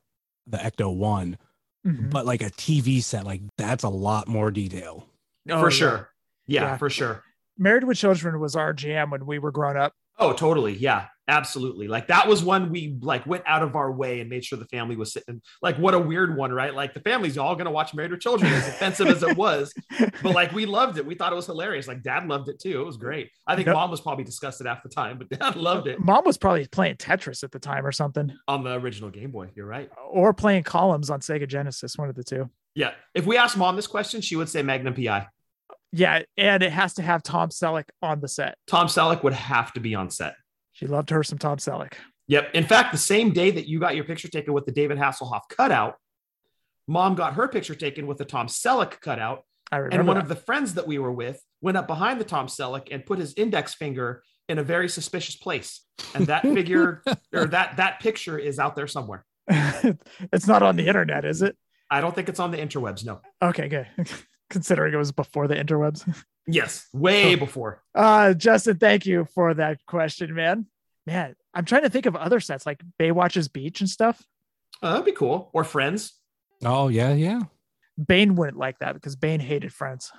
the Ecto One, Mhm. but like a TV set, like that's a lot more detail. Oh, for yeah. sure. Yeah, Yeah. for sure. Married with Children was our jam when we were growing up. Oh, totally. Yeah, absolutely. Like that was one we like went out of our way and made sure the family was sitting. Like what a weird one, right? Like the family's all gonna watch Married with Children, as offensive as it was, but like we loved it. We thought it was hilarious. Like dad loved it too. It was great. I think Yep. mom was probably disgusted half the time, but dad loved it Mom was probably playing Tetris at the time or something, on the original Game Boy. You're right. or playing columns on Sega Genesis, one of the two. Yeah. If we asked mom this question, she would say Magnum PI. Yeah, and it has to have Tom Selleck on the set. Tom Selleck would have to be on set. She loved her some Tom Selleck. Yep. In fact, the same day that you got your picture taken with the David Hasselhoff cutout, mom got her picture taken with the Tom Selleck cutout. I remember. And one that. of the friends that we were with went up behind the Tom Selleck and put his index finger in a very suspicious place. And that figure or that that picture is out there somewhere. it's not on the internet, is it? I don't think it's on the interwebs. No. Okay, good. Considering it was before the interwebs. Yes. Way before. Uh, Justin, thank you for that question, man. Man, I'm trying to think of other sets like Baywatch's Beach and stuff. Uh, that'd be cool. Or friends. Oh yeah, yeah. Bane wouldn't like that because Bane hated Friends.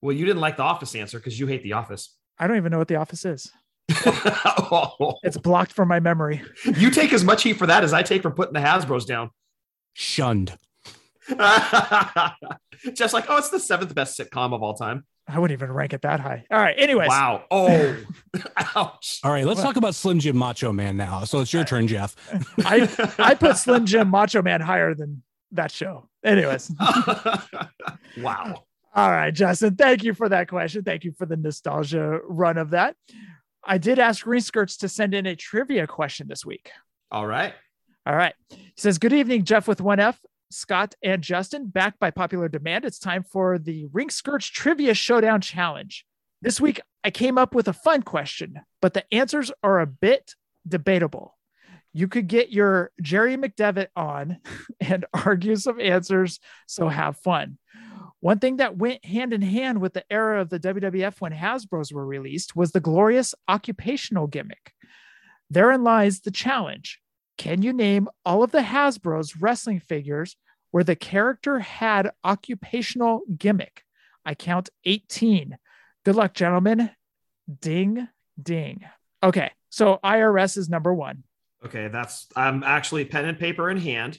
Well, you didn't like the office answer because you hate the office. I don't even know what the office is. It's blocked from my memory. you take as much heat for that as I take for putting the Hasbros down. Shunned. Just like, oh, it's the seventh best sitcom of all time. I wouldn't even rank it that high. All right. Anyways, Wow. Oh, ouch. All right, let's What? talk about Slim Jim Macho Man now. So it's your turn, Jeff. I I put Slim Jim Macho Man higher than that show. Anyways. wow. All right, Justin, thank you for that question. Thank you for the nostalgia run of that. I did ask Green Skirts to send in a trivia question this week. All right. All right. He says, Good evening, Jeff with 1F, Scott, and Justin. Back by popular demand, it's time for the Ring Skirts Trivia Showdown Challenge. This week, I came up with a fun question, but the answers are a bit debatable. You could get your Jerry McDevitt on and argue some answers, so have fun. One thing that went hand in hand with the era of the WWF when Hasbros were released was the glorious occupational gimmick. Therein lies the challenge. Can you name all of the Hasbro's wrestling figures where the character had occupational gimmick? I count 18. Good luck, gentlemen. Ding, ding. Okay, so IRS is number one. Okay. That's, I'm actually pen and paper in hand.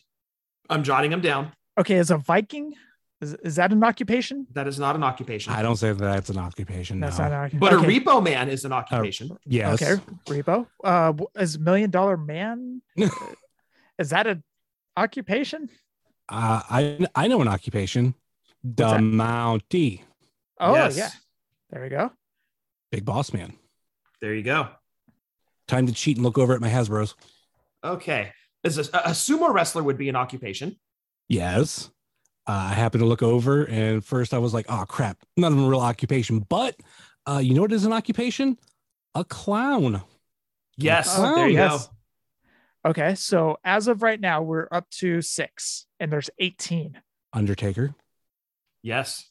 I'm jotting them down. Okay, is a Viking, is, is that an occupation? That is not an occupation. I don't say that that's an occupation. That's no. not an occupation. But okay. Oh, a repo man is an occupation. yes. Okay, Rebo. Uh, w- is Million Dollar Man, uh, is that an occupation? Uh, I I know an occupation. The that? Mountie, Oh, Yes. yeah. There we go. big boss man. There you go. Time to cheat and look over at my Hasbro's. Okay. Is this, a a sumo wrestler would be an occupation? Yes. Uh, I happened to look over, and first I was like, oh, crap, not even a real occupation. But uh, you know what is an occupation? A clown. Yes. Oh, there you yes. go. Okay, so as of right now, we're up to six, and there's 18. Undertaker. Yes.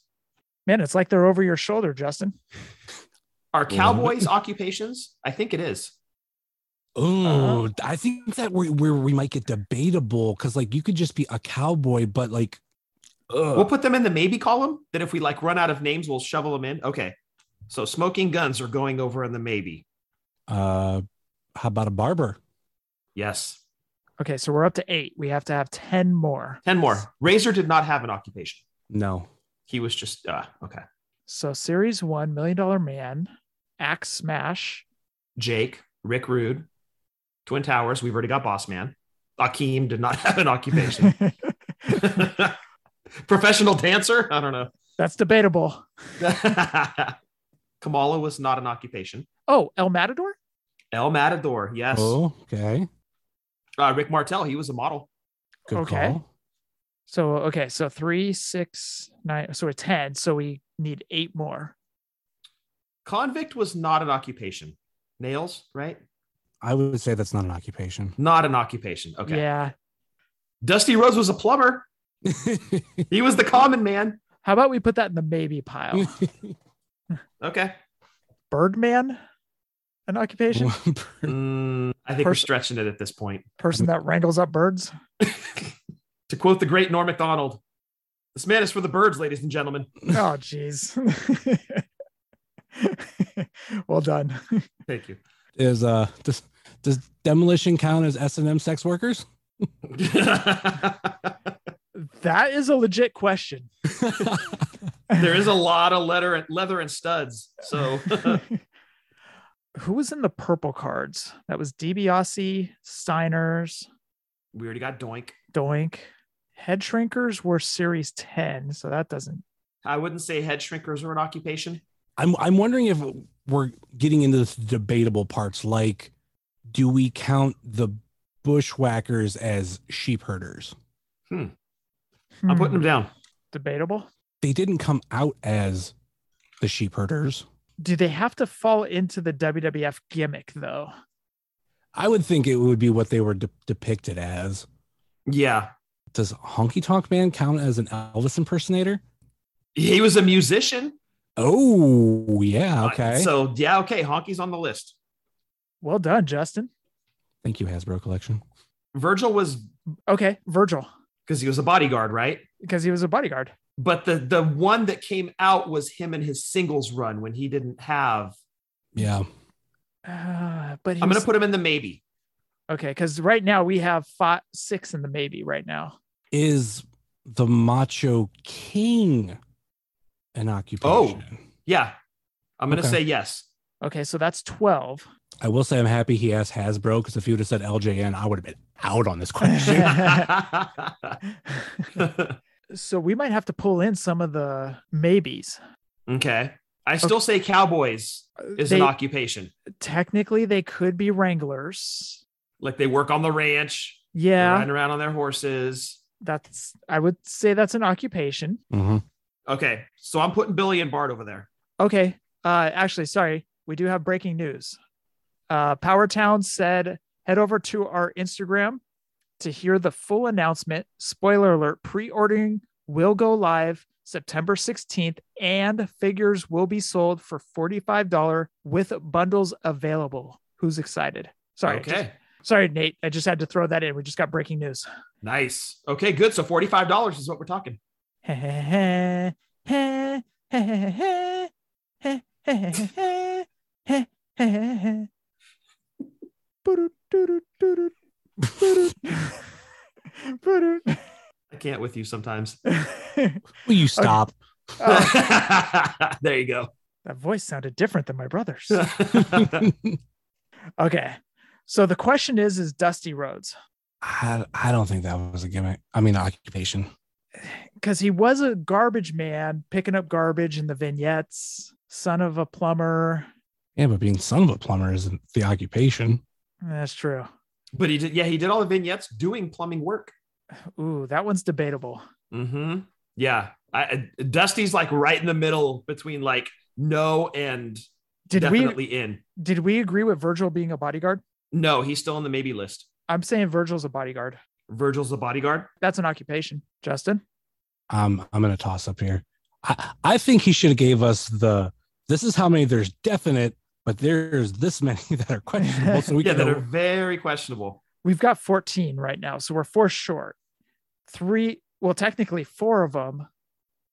Man, it's like they're over your shoulder, Justin. Are Mm-hmm. cowboys occupations? I think it is. Uh-huh. Oh, I think that we where we might get debatable because like you could just be a cowboy, but like ugh. We'll put them in the maybe column. Then if we like run out of names, we'll shovel them in. Okay. So smoking guns are going over in the maybe. uh how about a barber? Yes. Okay, so we're up to eight. We have to have 10 more. 10 more. Razor did not have an occupation. No. He was just, uh, okay. So, series one, Million Dollar Man, Axe Smash. Jake, Rick Rude, Twin Towers. We've already got Boss Man. Akeem did not have an occupation. Professional dancer? I don't know. That's debatable. Kamala was not an occupation. Oh, El Matador? El Matador, yes. Oh, okay. Uh, Rick Martel, he was a model. Good Okay. call. So, okay, so three, six, nine. So, we're 10. So, we need eight more. Convict was not an occupation. Nails, right? I would say that's not an occupation. Not an occupation. Okay. Yeah. Dusty Rose was a plumber. He was the common man. How about we put that in the maybe pile? Okay. Birdman, an occupation? Mm, I think we're Pers- stretching it at this point. Person that wrangles up birds? To quote the great Norm MacDonald, this man is for the birds, ladies and gentlemen. Oh, jeez. well done. Thank you. Is uh does does demolition count as S and M sex workers? That is a legit question. there is a lot of leather, leather and studs. So Who was in the purple cards? That was DiBiase, Steiners, we already got Doink. Doink. Head shrinkers were series 10, so that doesn't. I wouldn't say head shrinkers are an occupation. I'm I'm wondering if we're getting into the debatable parts. Like, do we count the bushwhackers as sheep herders? I'm Hmm, putting them down. debatable. They didn't come out as the sheep herders. Do they have to fall into the WWF gimmick though? I would think it would be what they were de- depicted as. Yeah. Does Honky Tonk Man count as an Elvis impersonator? He was a musician. Oh Uh, yeah, okay. So, yeah, okay. Honky's on the list. Well done, Justin. Thank you, Hasbro Collection. Virgil was Okay, Virgil, because he was a bodyguard, right? because he was a bodyguard. But the the one that came out was him and his singles run when he didn't have. Yeah, Uh, but he I'm was- going to put him in the maybe. okay, because right now we have five, six in the maybe right now. is the Macho King an occupation? Oh. Yeah. I'm going to Okay. say yes. Okay, so that's 12. I will say I'm happy he asked Hasbro because if you'd have said LJN, I would have been out on this question. so we might have to pull in some of the maybes. Uh, okay. I still say cowboys is They- an occupation. technically they could be wranglers. Like they work on the ranch, they're Yeah, riding around on their horses. that's I would say that's an occupation. Mhm. Okay. So I'm putting Billy and Bart over there. Okay. Uh actually, sorry, we do have breaking news. Uh Power Town said head over to our Instagram to hear the full announcement. Spoiler alert, pre-ordering will go live September 16th and figures will be sold for $45 with bundles available. Who's excited? Sorry. okay. just- sorry, Nate. I just had to throw that in. We just got breaking news. Nice. Okay, good. So $45 is what we're talking. That's I can't with you sometimes. Will you stop? Oh. there you go. That voice sounded different than my brother's. Okay. So the question is is Dusty Rhodes I, I don't think that was a gimmick. I mean, occupation. cuz he was a garbage man picking up garbage in the vignettes, son of a plumber. Yeah, but being son of a plumber isn't the occupation. That's true. But he did, yeah, he did all the vignettes doing plumbing work. Ooh, that one's debatable. hmm Yeah, I, I- Dusty's like right in the middle between like no and Did definitely in. we did we agree with Virgil being a bodyguard? No, he's still on the maybe list. I'm saying Virgil's a bodyguard. Virgil's the bodyguard. That's an occupation, Justin. Um, I'm gonna toss up here. I, I think he should have gave us the. This is how many there's definite, but there's this many that are questionable. So we yeah, can that are very questionable. We've got 14 right now, so we're four short. Three, well, technically four of them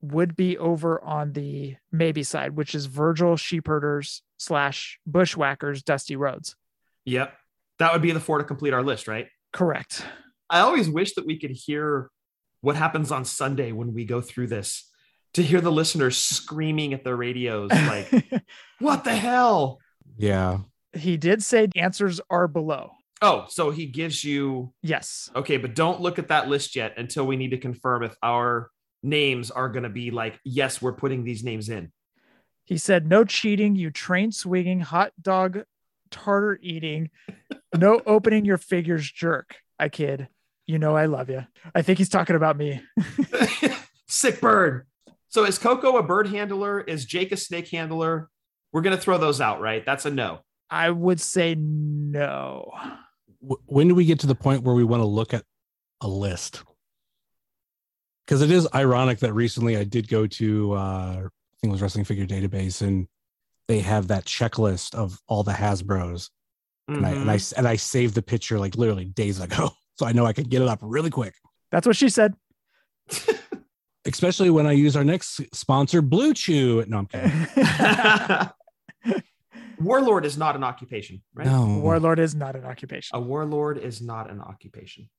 would be over on the maybe side, which is Virgil sheepherders slash bushwhackers, Dusty Roads. Yep, that would be the four to complete our list, right? Correct. I always wish that we could hear what happens on Sunday when we go through this to hear the listeners screaming at their radios like what the hell yeah. he did say answers are below. oh so he gives you Yes. okay but don't look at that list yet until we need to confirm if our names are going to be like yes we're putting these names in He said, no cheating, you train swinging, hot dog tartar eating, no opening your figures jerk. I kid. You know, I love you. I think he's talking about me. sick bird so is coco a bird handler is jake a snake handler we're going to throw those out right that's a no I would say no. W- when do we get to the point where we want to look at a list? Because it is ironic that recently I did go to uh, I think it was Wrestling Figure Database and they have that checklist of all the Hasbro's and I Mm-hmm. and I s- and I saved the picture like literally days ago, so I know I could get it up really quick. That's what she said. Especially when I use our next sponsor, Blue Chew. No, I'm kidding. Mhm. warlord is not an occupation right No. Warlord is not an occupation. a warlord is not an occupation.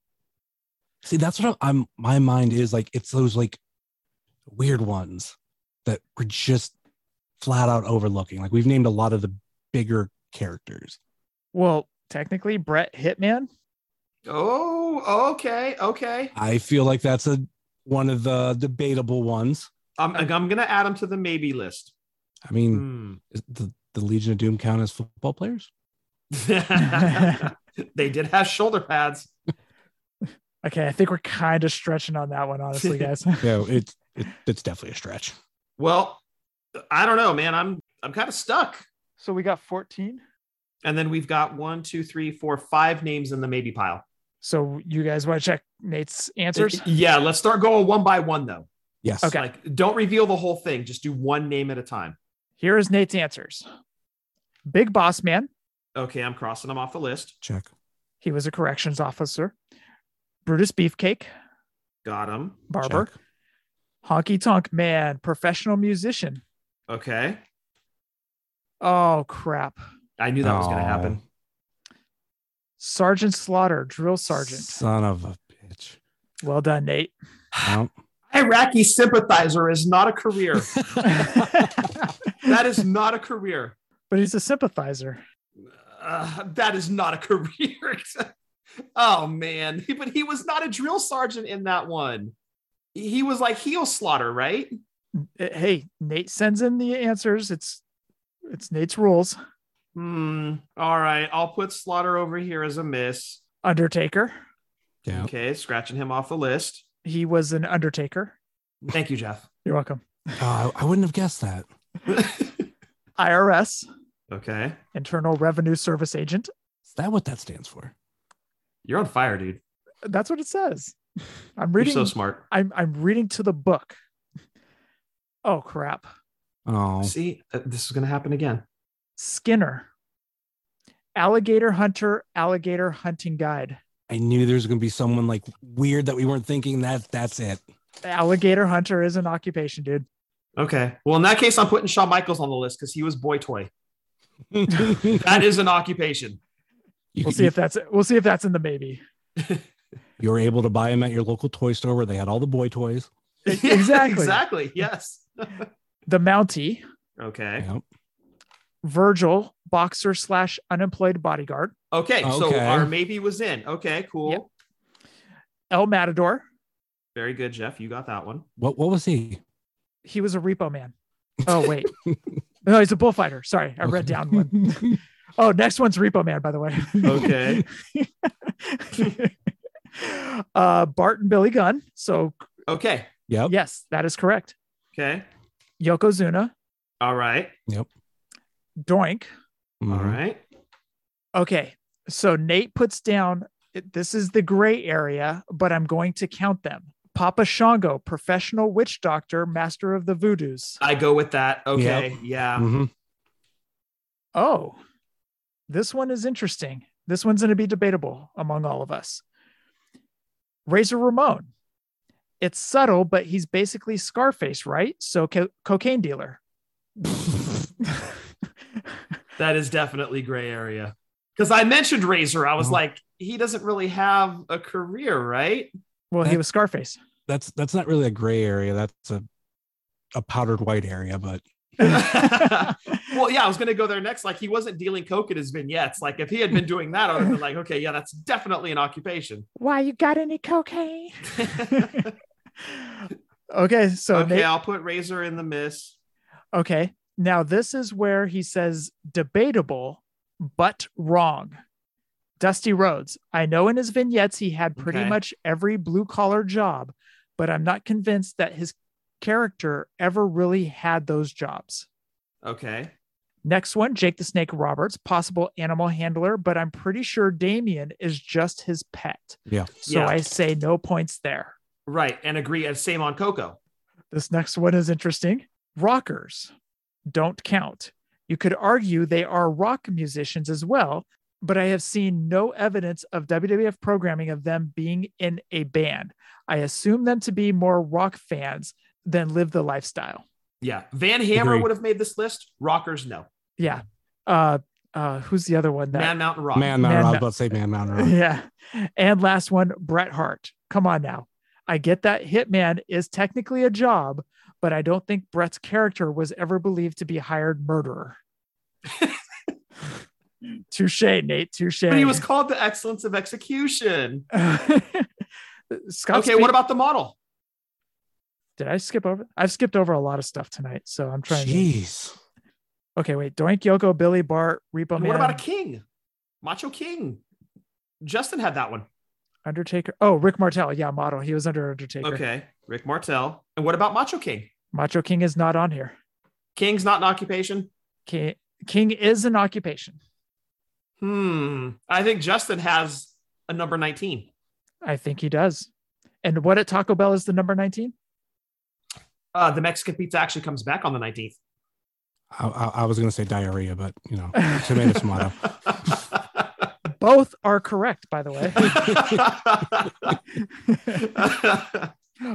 See, that's what I'm, I'm. My mind is like it's those like weird ones that we're just flat out overlooking. Like we've named a lot of the bigger characters. Well, technically, Brett Hitman. Oh, okay, okay. I feel like that's a one of the debatable ones. I'm I'm gonna add them to the maybe list. I mean, Hmm. is the, the Legion of Doom count as football players? Hmm. they did have shoulder pads. Okay, I think we're kind of stretching on that one, honestly, guys. Yeah, it's it, it's definitely a stretch. Well, I don't know, man. I'm I'm kind of stuck. so we got 14. And then we've got one, two, three, four, five names in the maybe pile. So you guys want to check Nate's answers? Yeah, let's start going one by one though. Yes. Okay. Like, don't reveal the whole thing. Just do one name at a time. Here is Nate's answers. Big Boss Man, Okay, I'm crossing them off the list. Check. he was a corrections officer. Brutus Beefcake, Got them. barber. Check. Honky Tonk Man, professional musician. Okay. Oh, crap. I knew that was gonna Aw, happen. Sergeant Slaughter, drill sergeant. Son of a bitch. Well done, Nate. Well, Iraqi sympathizer is not a career. that is not a career. but he's a sympathizer. Uh, that is not a career. oh man, but he was not a drill sergeant in that one. He was like heel slaughter, right? Eh, Hey, Nate sends in the answers. It's it's Nate's rules. Hmm. All right, I'll put slaughter over here as a miss. Undertaker. yeah. Okay, scratching him off the list. He was an undertaker. Thank you, Jeff. You're welcome. Oh, I, I wouldn't have guessed that. IRS, okay, Internal Revenue Service Agent. Is that what that stands for? you're on fire, dude. That's what it says. I'm reading. You're so smart. I'm I'm reading to the book. Oh crap. Oh, See, uh, this is gonna happen again. Skinner. Alligator hunter, alligator hunting guide. I knew there was going to be someone like weird that we weren't thinking. That that's it. Alligator hunter is an occupation, dude. Okay. Well, in that case, I'm putting Shawn Michaels on the list because he was boy toy. you, That is an occupation. We'll see if that's we'll see if that's in the maybe. you were able to buy them at your local toy store where they had all the boy toys. E-, Exactly. exactly. Yes. The Mountie, Okay. Yep. Virgil, boxer slash unemployed bodyguard. Okay. So Okay. our maybe was in. Okay. Cool. Yep. El Matador. Very good, Jeff. You got that one. What what was he? He was a repo man. Oh wait. no, he's a bullfighter. Sorry, I read down one. Oh, next one's Repo Man, by the way. Okay. uh, Bart and Billy Gunn. So Okay. Yep. yes, that is correct. Okay. Yokozuna, All right. Doink. All Mhm. right. Okay, so Nate puts down. This is the gray area, but I'm going to count them. Papa Shango, professional witch doctor, master of the voodoos. I go with that. Okay. Yeah. Mhm. Oh, this one is interesting. This one's going to be debatable among all of us. Razor Ramon. It's subtle, but he's basically Scarface, right? So co- cocaine dealer. That is definitely gray area. Because I mentioned Razor. I was Oh. like, he doesn't really have a career, right? Well, he That- was Scarface. That's that's not really a gray area. That's a a powdered white area, but well, yeah, I was gonna go there next. Like he wasn't dealing coke in his vignettes. Like if he had been doing that, I would have been like, okay, yeah, that's definitely an occupation. Why you got any cocaine? okay, Okay, so Nate- I'll put Razor in the miss. Okay. Now, this is where he says debatable, but wrong. Dusty Rhodes. I know in his vignettes he had pretty Okay. much every blue collar job, but I'm not convinced that his character ever really had those jobs. Okay. Next one Jake the Snake Roberts, possible animal handler, but I'm pretty sure Damien is just his pet. Yeah. So Yeah. I say no points there. Right. And agree and same on Coco. This next one is interesting. Rockers don't count. You could argue they are rock musicians as well, but I have seen no evidence of WWF programming of them being in a band. I assume them to be more rock fans than live the lifestyle. Yeah. Van Hammer Agree. would have made this list. Rockers, no. Yeah. Uh, uh, who's the other one? That, Man Mountain Rock. man, mountain. Man I was Mou- about to say man, mountain. Rock. yeah. And last one, Bret Hart. Come on now. I get that Hitman is technically a job, but I don't think Bret's character was ever believed to be a hired murderer. touche, Nate. Touche. But he was called the excellence of execution. Scott okay, Speed- what about the model? Did I skip over? I've skipped over a lot of stuff tonight, so I'm trying. to- Jeez. Okay, wait. Doink, Yoko, Billy, Bart, And Repo Oh, Man, what about a king? Macho King. Justin had that one. Undertaker. Oh, Rick Martel. Yeah, model. He was under Undertaker. Okay. Rick Martel. And what about Macho King? Macho King is not on here. King's not an occupation. King, King is an occupation. Hmm. I think Justin has a number 19. I think he does. And what at Taco Bell is the number 19? Uh, the Mexican pizza actually comes back on the 19th. I, I, I was gonna say diarrhea, but you know, tomato tomato. Both are correct, by the way.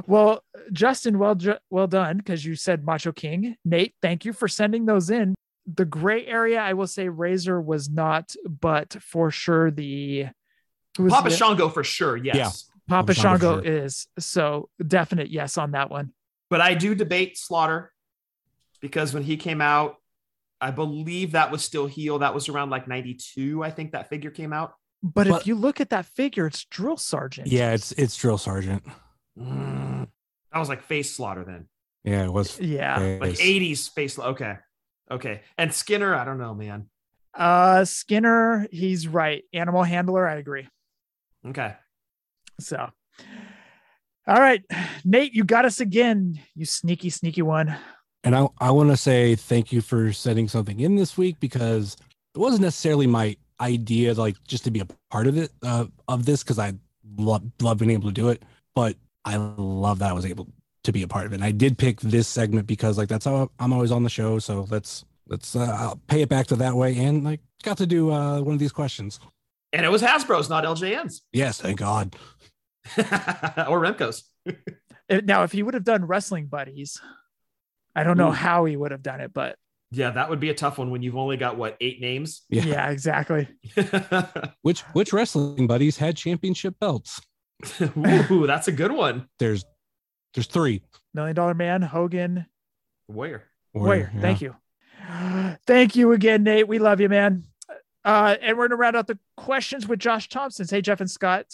well, Justin, well, ju- well done because you said Macho King. Nate, thank you for sending those in. The gray area, I will say, Razor was not, but for sure the who was Papa the- Shango for sure. Yes. Yeah. Papa Papa Shango Shango for is so definite yes on that one. But I do debate Slaughter because when he came out, I believe that was still heel. That was around like 92. I think that figure came out. But, if But- you look at that figure, it's drill sergeant. Yeah, it's it's drill sergeant. Mm. I was like face Slaughter then. Yeah, it was. yeah. Like face. 80s face. Okay. Okay. And Skinner, I don't know, man. Uh, Skinner, he's right. Animal handler, I agree. Okay. So, all right, Nate, you got us again. You sneaky, sneaky one. And I, I want to say thank you for setting something in this week because it wasn't necessarily my idea, like just to be a part of it, uh, of this, because I love, love being able to do it. But I love that I was able to be a part of it. And I did pick this segment because, like, that's how I'm always on the show. So let's, let's, uh, I'll pay it back to that way. And, like, got to do uh, one of these questions. And it was Hasbro's, not LJN's Yes, thank God. or Remco's. Uh, Now, if he would have done wrestling buddies, I don't know how he would have done it, but Yeah, that would be a tough one when you've only got what eight names. Yeah. yeah, exactly. Which, which wrestling buddies had championship belts? Ooh, that's a good one. There's, there's three. Million Dollar Man, Hogan, Warrior. Warrior. Thank you. Thank you again, Nate. We love you, man. Uh, and we're going to round out the questions with Josh Thompson. Hey, Jeff and Scott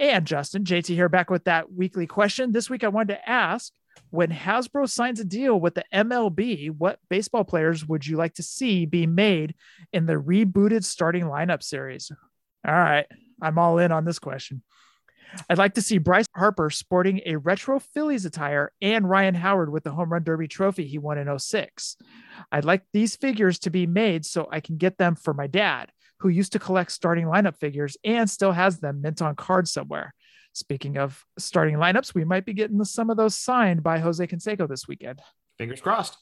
and Justin. JT here back with that weekly question. This week, I wanted to ask when Hasbro signs a deal with the MLB, what baseball players would you like to see be made in the rebooted starting lineup series? All right. I'm all in on this question. I'd like to see Bryce Harper sporting a retro Phillies attire and Ryan Howard with the home run derby trophy he won in 06. I'd like these figures to be made so I can get them for my dad, who used to collect starting lineup figures and still has them mint on card somewhere. Speaking of starting lineups, we might be getting some of those signed by Jose Canseco this weekend. Fingers crossed.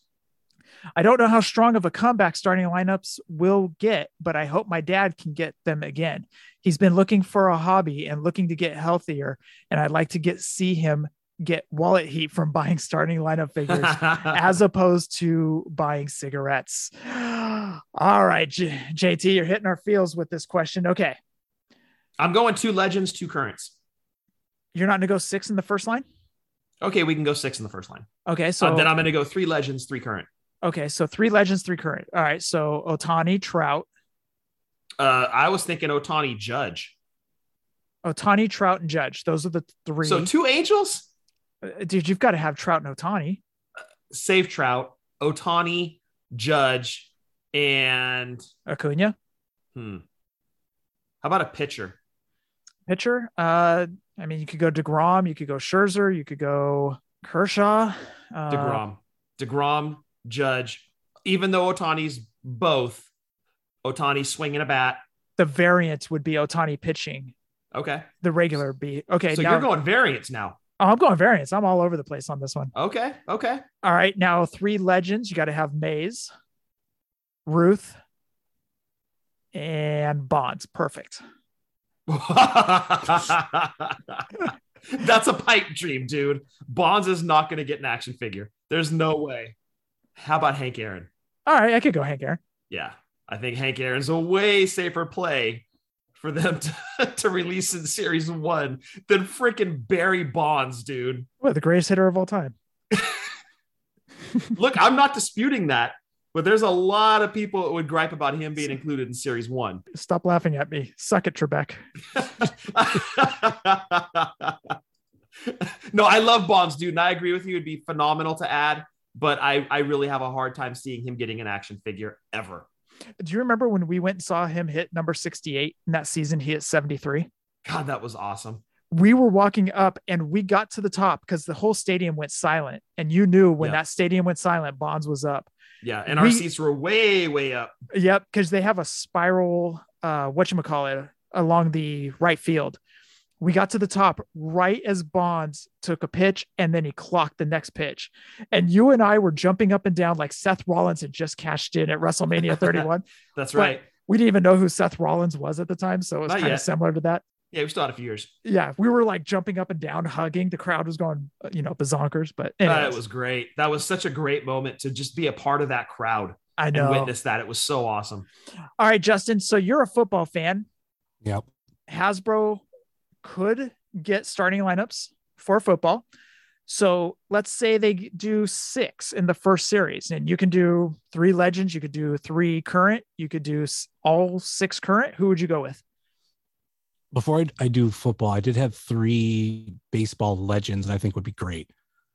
I don't know how strong of a comeback starting lineups will get, but I hope my dad can get them again. He's been looking for a hobby and looking to get healthier, and I'd like to get see him get wallet heat from buying starting lineup figures as opposed to buying cigarettes. All right, J- JT, you're hitting our feels with this question. Okay, I'm going two legends, two currents. you're not going to go six in the first line. Okay, we can go six in the first line. Okay, So so Uh, then I'm going to go three legends, three current. okay, so three legends, three current. All right, so Otani, Trout, Uh, I was thinking Otani Judge. Otani, Trout, and Judge. Those are the three. So two Angels, Uh, dude, you've got to have Trout and Otani. save Trout, Otani Judge, and Acuna, hmm, how about a pitcher? pitcher. Uh, I mean, you could go Degrom, you could go Scherzer, you could go Kershaw. Uh, Degrom, Degrom Judge. Even though Otani's both, Otani swinging a bat. The variant would be Otani pitching. Okay, The regular be okay. so now, you're going variants now. oh, I'm going variants. I'm all over the place on this one. Okay, okay. All right, now three legends. You got to have Mays, Ruth, and Bonds. Perfect. That's a pipe dream, dude. Bonds is not going to get an action figure. There's no way. How about Hank Aaron? All right, I could go Hank Aaron. Yeah, I think Hank Aaron's a way safer play for them to, to release in series one than freaking Barry Bonds, dude. What the greatest hitter of all time? Look, I'm not disputing that, but there's a lot of people that would gripe about him being included in series one. Stop laughing at me. Suck it, Trebek. no, I love Bonds, dude, and I agree with you. It'd be phenomenal to add, but I, I really have a hard time seeing him getting an action figure ever. Do you remember when we went and saw him hit number 68 in that season? He hit 73. God, that was awesome. We were walking up and we got to the top because the whole stadium went silent. And you knew when Yeah. that stadium went silent, Bonds was up. Yeah, and our We- seats were way, way up. Yep. Because they have a spiral, uh, whatchamacallit, along the right field. We got to the top right as Bonds took a pitch and then he clocked the next pitch. And you and I were jumping up and down like Seth Rollins had just cashed in at WrestleMania 31. That's But- right. we didn't even know who Seth Rollins was at the time. So it was Not kind yet. of similar to that. Yeah, we still had a few years. yeah, we were like jumping up and down, hugging. The crowd was going, uh, you know, bazonkers. But anyways, That was great. That was such a great moment to just be a part of that crowd I and know. witness that. It was so awesome. All right, Justin. So you're a football fan. Yep. Hasbro could get starting lineups for football. So let's say they do six in the first series, and you can do three legends, you could do three current, you could do s- all six current. Who would you go with? Before I, I do football, I did have three baseball legends that I think would be great.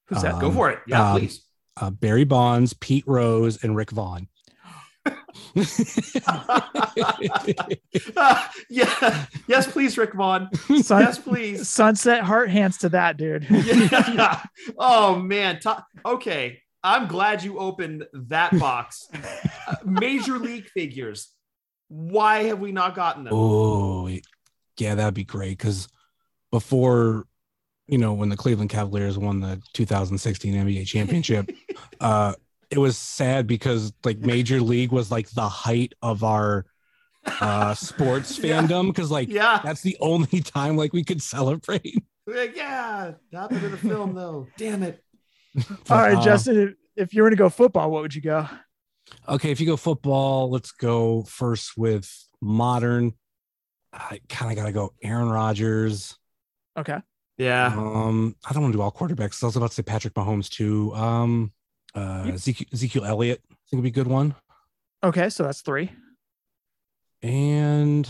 Who's that? Um, Go for it. Yeah, um, please. Uh, Barry Bonds, Pete Rose, and Rick Vaughn. yeah. Yes, please, Rick Vaughn. Sun- Yes, please. sunset heart hands to that, dude. yeah. Oh man. To- okay. I'm glad you opened that box. Uh, Major league figures. Why have we not gotten them? Oh, yeah, that'd be great. Because before, you know, when the Cleveland Cavaliers won the 2016 NBA championship, uh, it was sad because like Major League was like the height of our uh, sports Yeah. fandom. Because like Yeah. that's the only time like we could celebrate. Yeah. Happened in the film though. Damn it. But, all right, Uh-huh. uh, Justin, if, if you were to go football, what would you go? Okay, if you go football, let's go first with modern. I kind of gotta go Aaron Rodgers. Okay. Yeah. Um, I don't want to do all quarterbacks. I was about to say Patrick Mahomes too. Um, uh, You- Zeke- Ezekiel Elliott, I think would be a good one. Okay, so that's three. And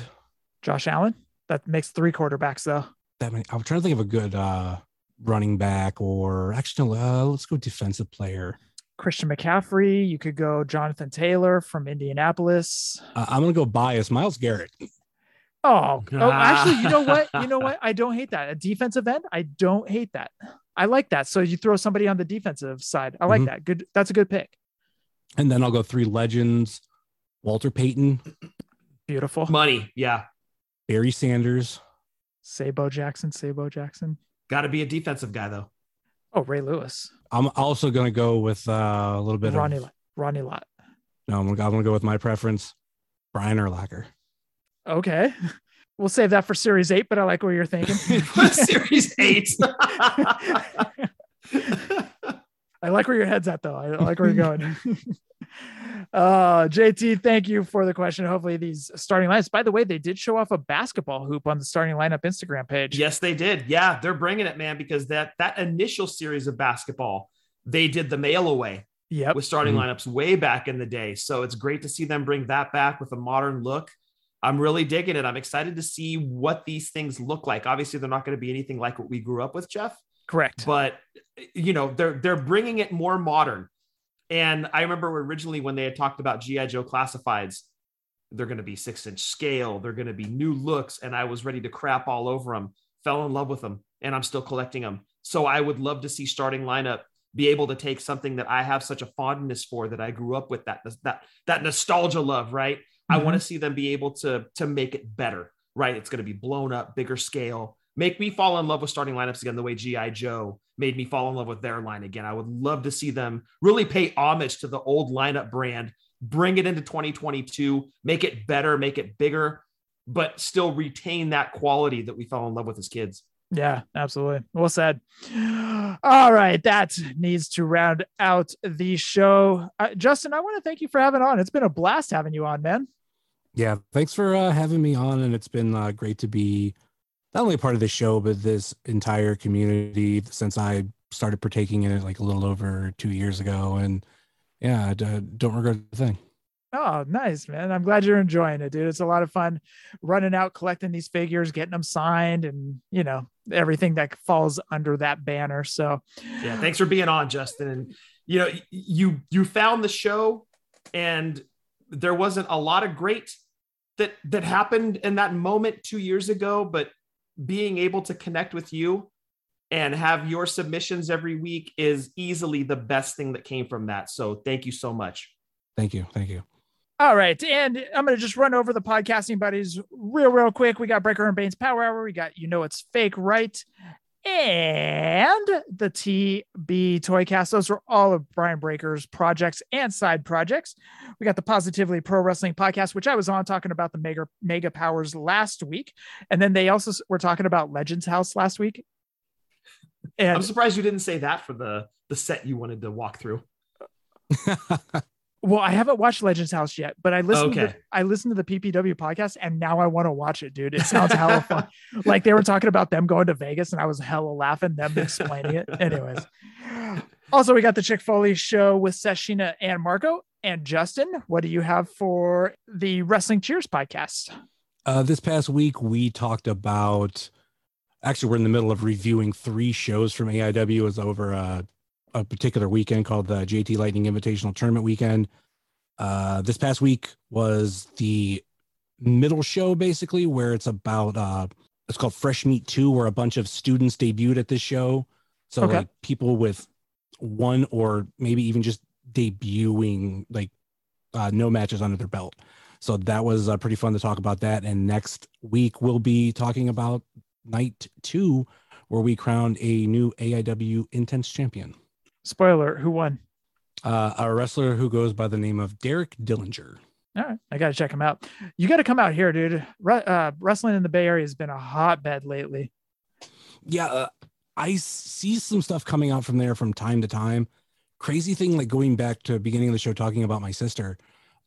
Josh Allen. That makes three quarterbacks though. that many, I'm trying to think of a good uh running back or actually, no, uh, let's go defensive player. Christian McCaffrey. You could go Jonathan Taylor from Indianapolis. Uh, I'm gonna go bias Miles Garrett. Oh, oh, Ah. actually, you know what? You know what? I don't hate that. A defensive end, I don't hate that. I like that. So you throw somebody on the defensive side. I like Mhm. that. Good. That's a good pick. And then I'll go three legends Walter Payton, Beautiful. Money. Yeah. Barry Sanders. Sabo Jackson. Sabo Jackson. Got to be a defensive guy, though. Oh, Ray Lewis. I'm also going to go with uh, a little bit Ronnie. of. Lott- Ronnie Lott. No, I'm going to go with my preference Brian Erlacher. Okay. We'll save that for series eight, but I like what you're thinking. Series eight. I like where your head's at, though. I like where you're going. uh, JT, thank you for the question. Hopefully, these starting lineups. By the way, they did show off a basketball hoop on the starting lineup Instagram page. yes, they did. Yeah, they're bringing it, man, because that that initial series of basketball, they did the mail away Yep. with starting Mhm. lineups way back in the day. So it's great to see them bring that back with a modern look. I'm really digging it. I'm excited to see what these things look like. Obviously, they're not going to be anything like what we grew up with, Jeff. Correct. but you know they're they're bringing it more modern and i remember originally when they had talked about gi joe classifieds they're going to be six inch scale they're going to be new looks and i was ready to crap all over them fell in love with them and i'm still collecting them so i would love to see starting lineup be able to take something that i have such a fondness for that i grew up with that that that nostalgia love right i want to see them be able to to make it better right it's going to be blown up bigger scale make me fall in love with starting lineups again the way gi joe made me fall in love with their line again i would love to see them really pay homage to the old lineup brand bring it into 2022 make it better make it bigger but still retain that quality that we fell in love with as kids Yeah, absolutely. Well said. All right, that needs to round out the show. Uh, Justin, I want to thank you for having on. It's been a blast having you on, man. Yeah, thanks for uh, having me on, and it's been uh, great to be not only a part of the show but this entire community since I started partaking in it like a little over two years ago, and yeah, I d- don't regret a thing. Oh, nice, man. I'm glad you're enjoying it, dude. It's a lot of fun running out, collecting these figures, getting them signed, and you know everything that falls under that banner. So, yeah thanks for being on justin and you know y- you you found the show and there wasn't a lot of great that that happened in that moment two years ago but being able to connect with you and have your submissions every week is easily the best thing that came from that so thank you so much Thank you, thank you. All right. And I'm going to just run over the podcasting buddies real, real quick. We got Breaker and Bane's Power Hour. We got You Know It's Fake, right? And the TB Toycast. Those are all of Brian Breaker's projects and side projects. We got the Positively Pro Wrestling podcast, which I was on talking about the mega, mega powers last week. And then they also s- were talking about Legends House last week. i'm And surprised you didn't say that for the the set you wanted to walk through well, I haven't watched Legends House yet, but I listened. To Okay. the, I listened to the PPW podcast, and now I want to watch it, dude. It sounds hella fun. like they were talking about them going to Vegas, and I was hella laughing them explaining it. Anyways, also we got the Chick Foley show with Seshina and Marco and Justin. What do you have for the Wrestling Cheers podcast? Uh, this past week, we talked about. Actually, we're in the middle of reviewing three shows from AIW. It was over a, a particular weekend called the JT Lightning Invitational Tournament Weekend. Uh, this past week was the middle show, basically, where it's about. Uh, it's called Fresh Meat Two, where a bunch of students debuted at this show. So Okay. like people with one or maybe even just debuting like uh, no matches under their belt. So that was uh, pretty fun to talk about that. And next week we'll be talking about night two, where we crowned a new AIW Intense champion, Spoiler: Who won? uh, a wrestler who goes by the name of Derek Dillinger. All right, I got to check him out. You got to come out here, dude. Re- uh, wrestling in the Bay Area has been a hotbed lately. Yeah, uh, I see some stuff coming out from there from time to time. Crazy thing, like going back to beginning of the show, talking about my sister.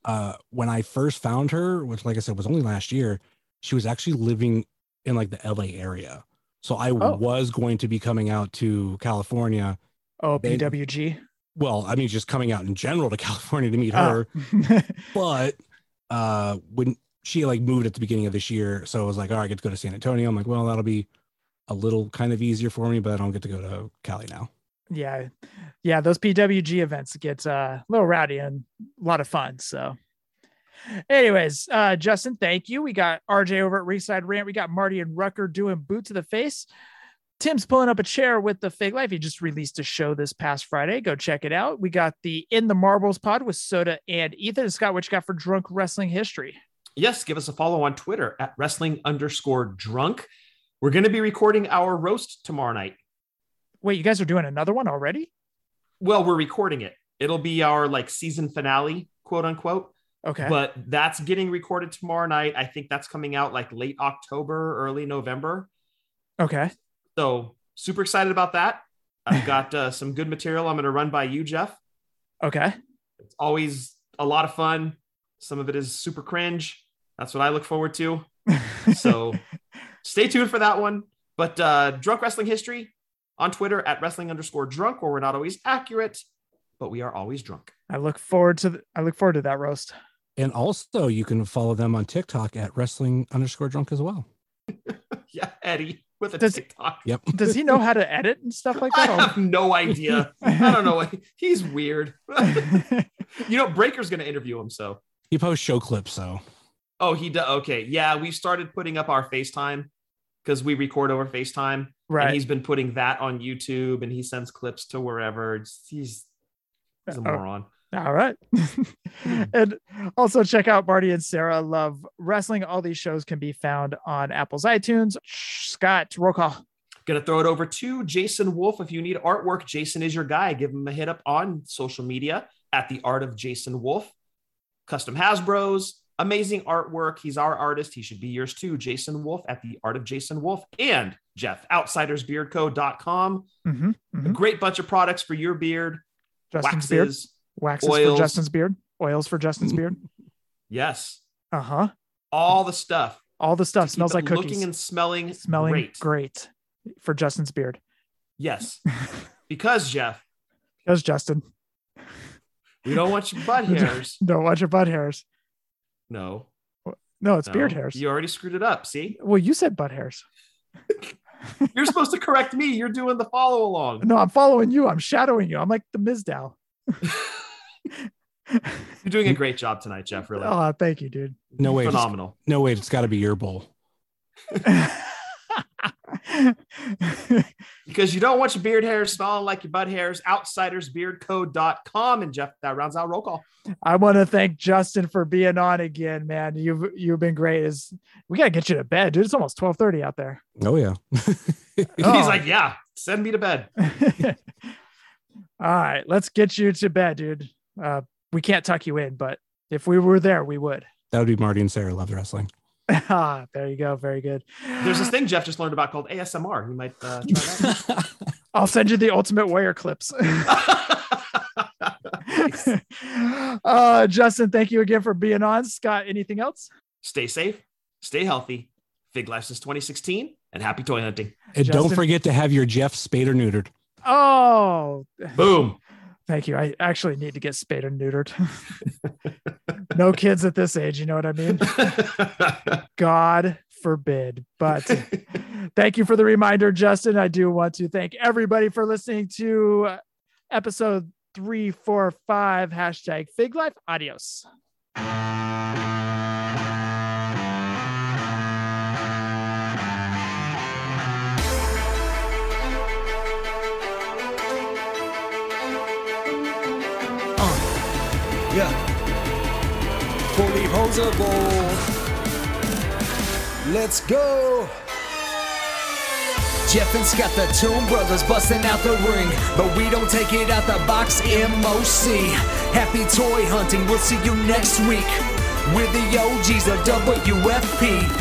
Uh, when I first found her, which like I said was only last year, she was actually living in like the LA area. So I Oh. was going to be coming out to California Oh, They- PWG. well, I mean, just coming out in general to California to meet Oh. her, but uh, when she like moved at the beginning of this year, so I was like, all right, I get to go to San Antonio. I'm like, well, that'll be a little kind of easier for me, but I don't get to go to Cali now. yeah yeah those pwg events get uh, a little rowdy and a lot of fun so Anyways, uh, Justin, thank you. We got RJ over at Ringside Rant. We got Marty and Rucker doing boot to the face. Tim's pulling up a chair with the fake life. He just released a show this past Friday. Go check it out. We got the In the Marbles pod with Soda and Ethan. And Scott, what you got for drunk wrestling history? yes, give us a follow on Twitter at wrestling underscore drunk. We're going to be recording our roast tomorrow night. Wait, you guys are doing another one already? Well, we're recording it. It'll be our like season finale, quote unquote. Okay. But that's getting recorded tomorrow night. I think that's coming out like late October, early November. okay. So super excited about that. I've got uh, some good material. I'm going to run by you, Jeff. Okay. It's always a lot of fun. Some of it is super cringe. That's what I look forward to. So stay tuned for that one. But uh, drunk wrestling history on Twitter at wrestling underscore drunk, where we're not always accurate, but we are always drunk. I look forward to the, I look forward to that roast. And also, you can follow them on TikTok at wrestling underscore drunk as well. Yeah, Eddie with a Does- TikTok. Yep. Does he know how to edit and stuff like I that? Oh, have no idea. I don't know. He's weird. you know, Breaker's going to interview him. So, He posts show clips, so oh, he does. Okay. Yeah. We've started putting up our FaceTime because we record over FaceTime. And right. he's been putting that on YouTube and he sends clips to wherever. It's- He's, he's a Oh. moron. All right. Hmm. and also check out Marty and Sarah Love Wrestling. All these shows can be found on Apple's iTunes. Scott, roll call. Gonna throw it over to Jason Wolf. If you need artwork, Jason is your guy. Give him a hit up on social media at the art of Jason Wolf. Custom Hasbro's amazing artwork. He's our artist. He should be yours too. Jason Wolf at the art of Jason Wolf and Jeff outsidersbeardco.com. Mm-hmm. A great bunch of products for your beard, Justin's beard. waxes. Waxes for oils. Mm-hmm. Justin's beard. Oils for Justin's beard. Yes, Uh huh. all the stuff. All the stuff Keep smells it like cookies. Looking and smelling, Smelling great. great. for Justin's beard. Yes, because Jeff, Because Justin, we don't want your butt hairs. don't watch your butt hairs. No, No, it's no. beard hairs. You already screwed it up. See. Well, you said butt hairs. You're supposed to correct me. You're doing the follow along. No, I'm following you. I'm shadowing you. I'm like the Mizdow. You're doing a great job tonight, Jeff. Really Oh, thank you, dude. no wait, it's- phenomenal. no wait, it's got to be your bowl. Because you don't want your beard hairs smelling like your butt hairs. Outsidersbeardcode.com and Jeff. That rounds out roll call. I want to thank Justin for being on again, man. You've you've been great. Is we gotta get you to bed, dude. It's almost twelve thirty out there. Oh yeah, Oh. He's like, yeah, send me to bed. All right, let's get you to bed, dude. Uh, we can't tuck you in, but if we were there, we would. that would be Marty and Sarah love wrestling. Ah, there you go. Very good. There's this thing Jeff just learned about called ASMR. You might uh, try that. I'll send you the Ultimate Warrior clips. uh, Justin, thank you again for being on. Scott, anything else? Stay safe, stay healthy. Fig Life since 2016 and happy toy hunting. and don't Justin- forget to have your Jeff spayed or neutered. Oh, Boom. thank you. I actually need to get spayed and neutered. no kids at this age. You know what I mean? God forbid. But thank you for the reminder, Justin. I do want to thank everybody for listening to uh, episode 345 hashtag fig life. Adios. Yeah. Fully posable. Let's go. Jeff and Scott, the Toon Brothers, busting out the ring. But we don't take it out the box, MOC. Happy toy hunting, we'll see you next week. We're the OGs of WFP.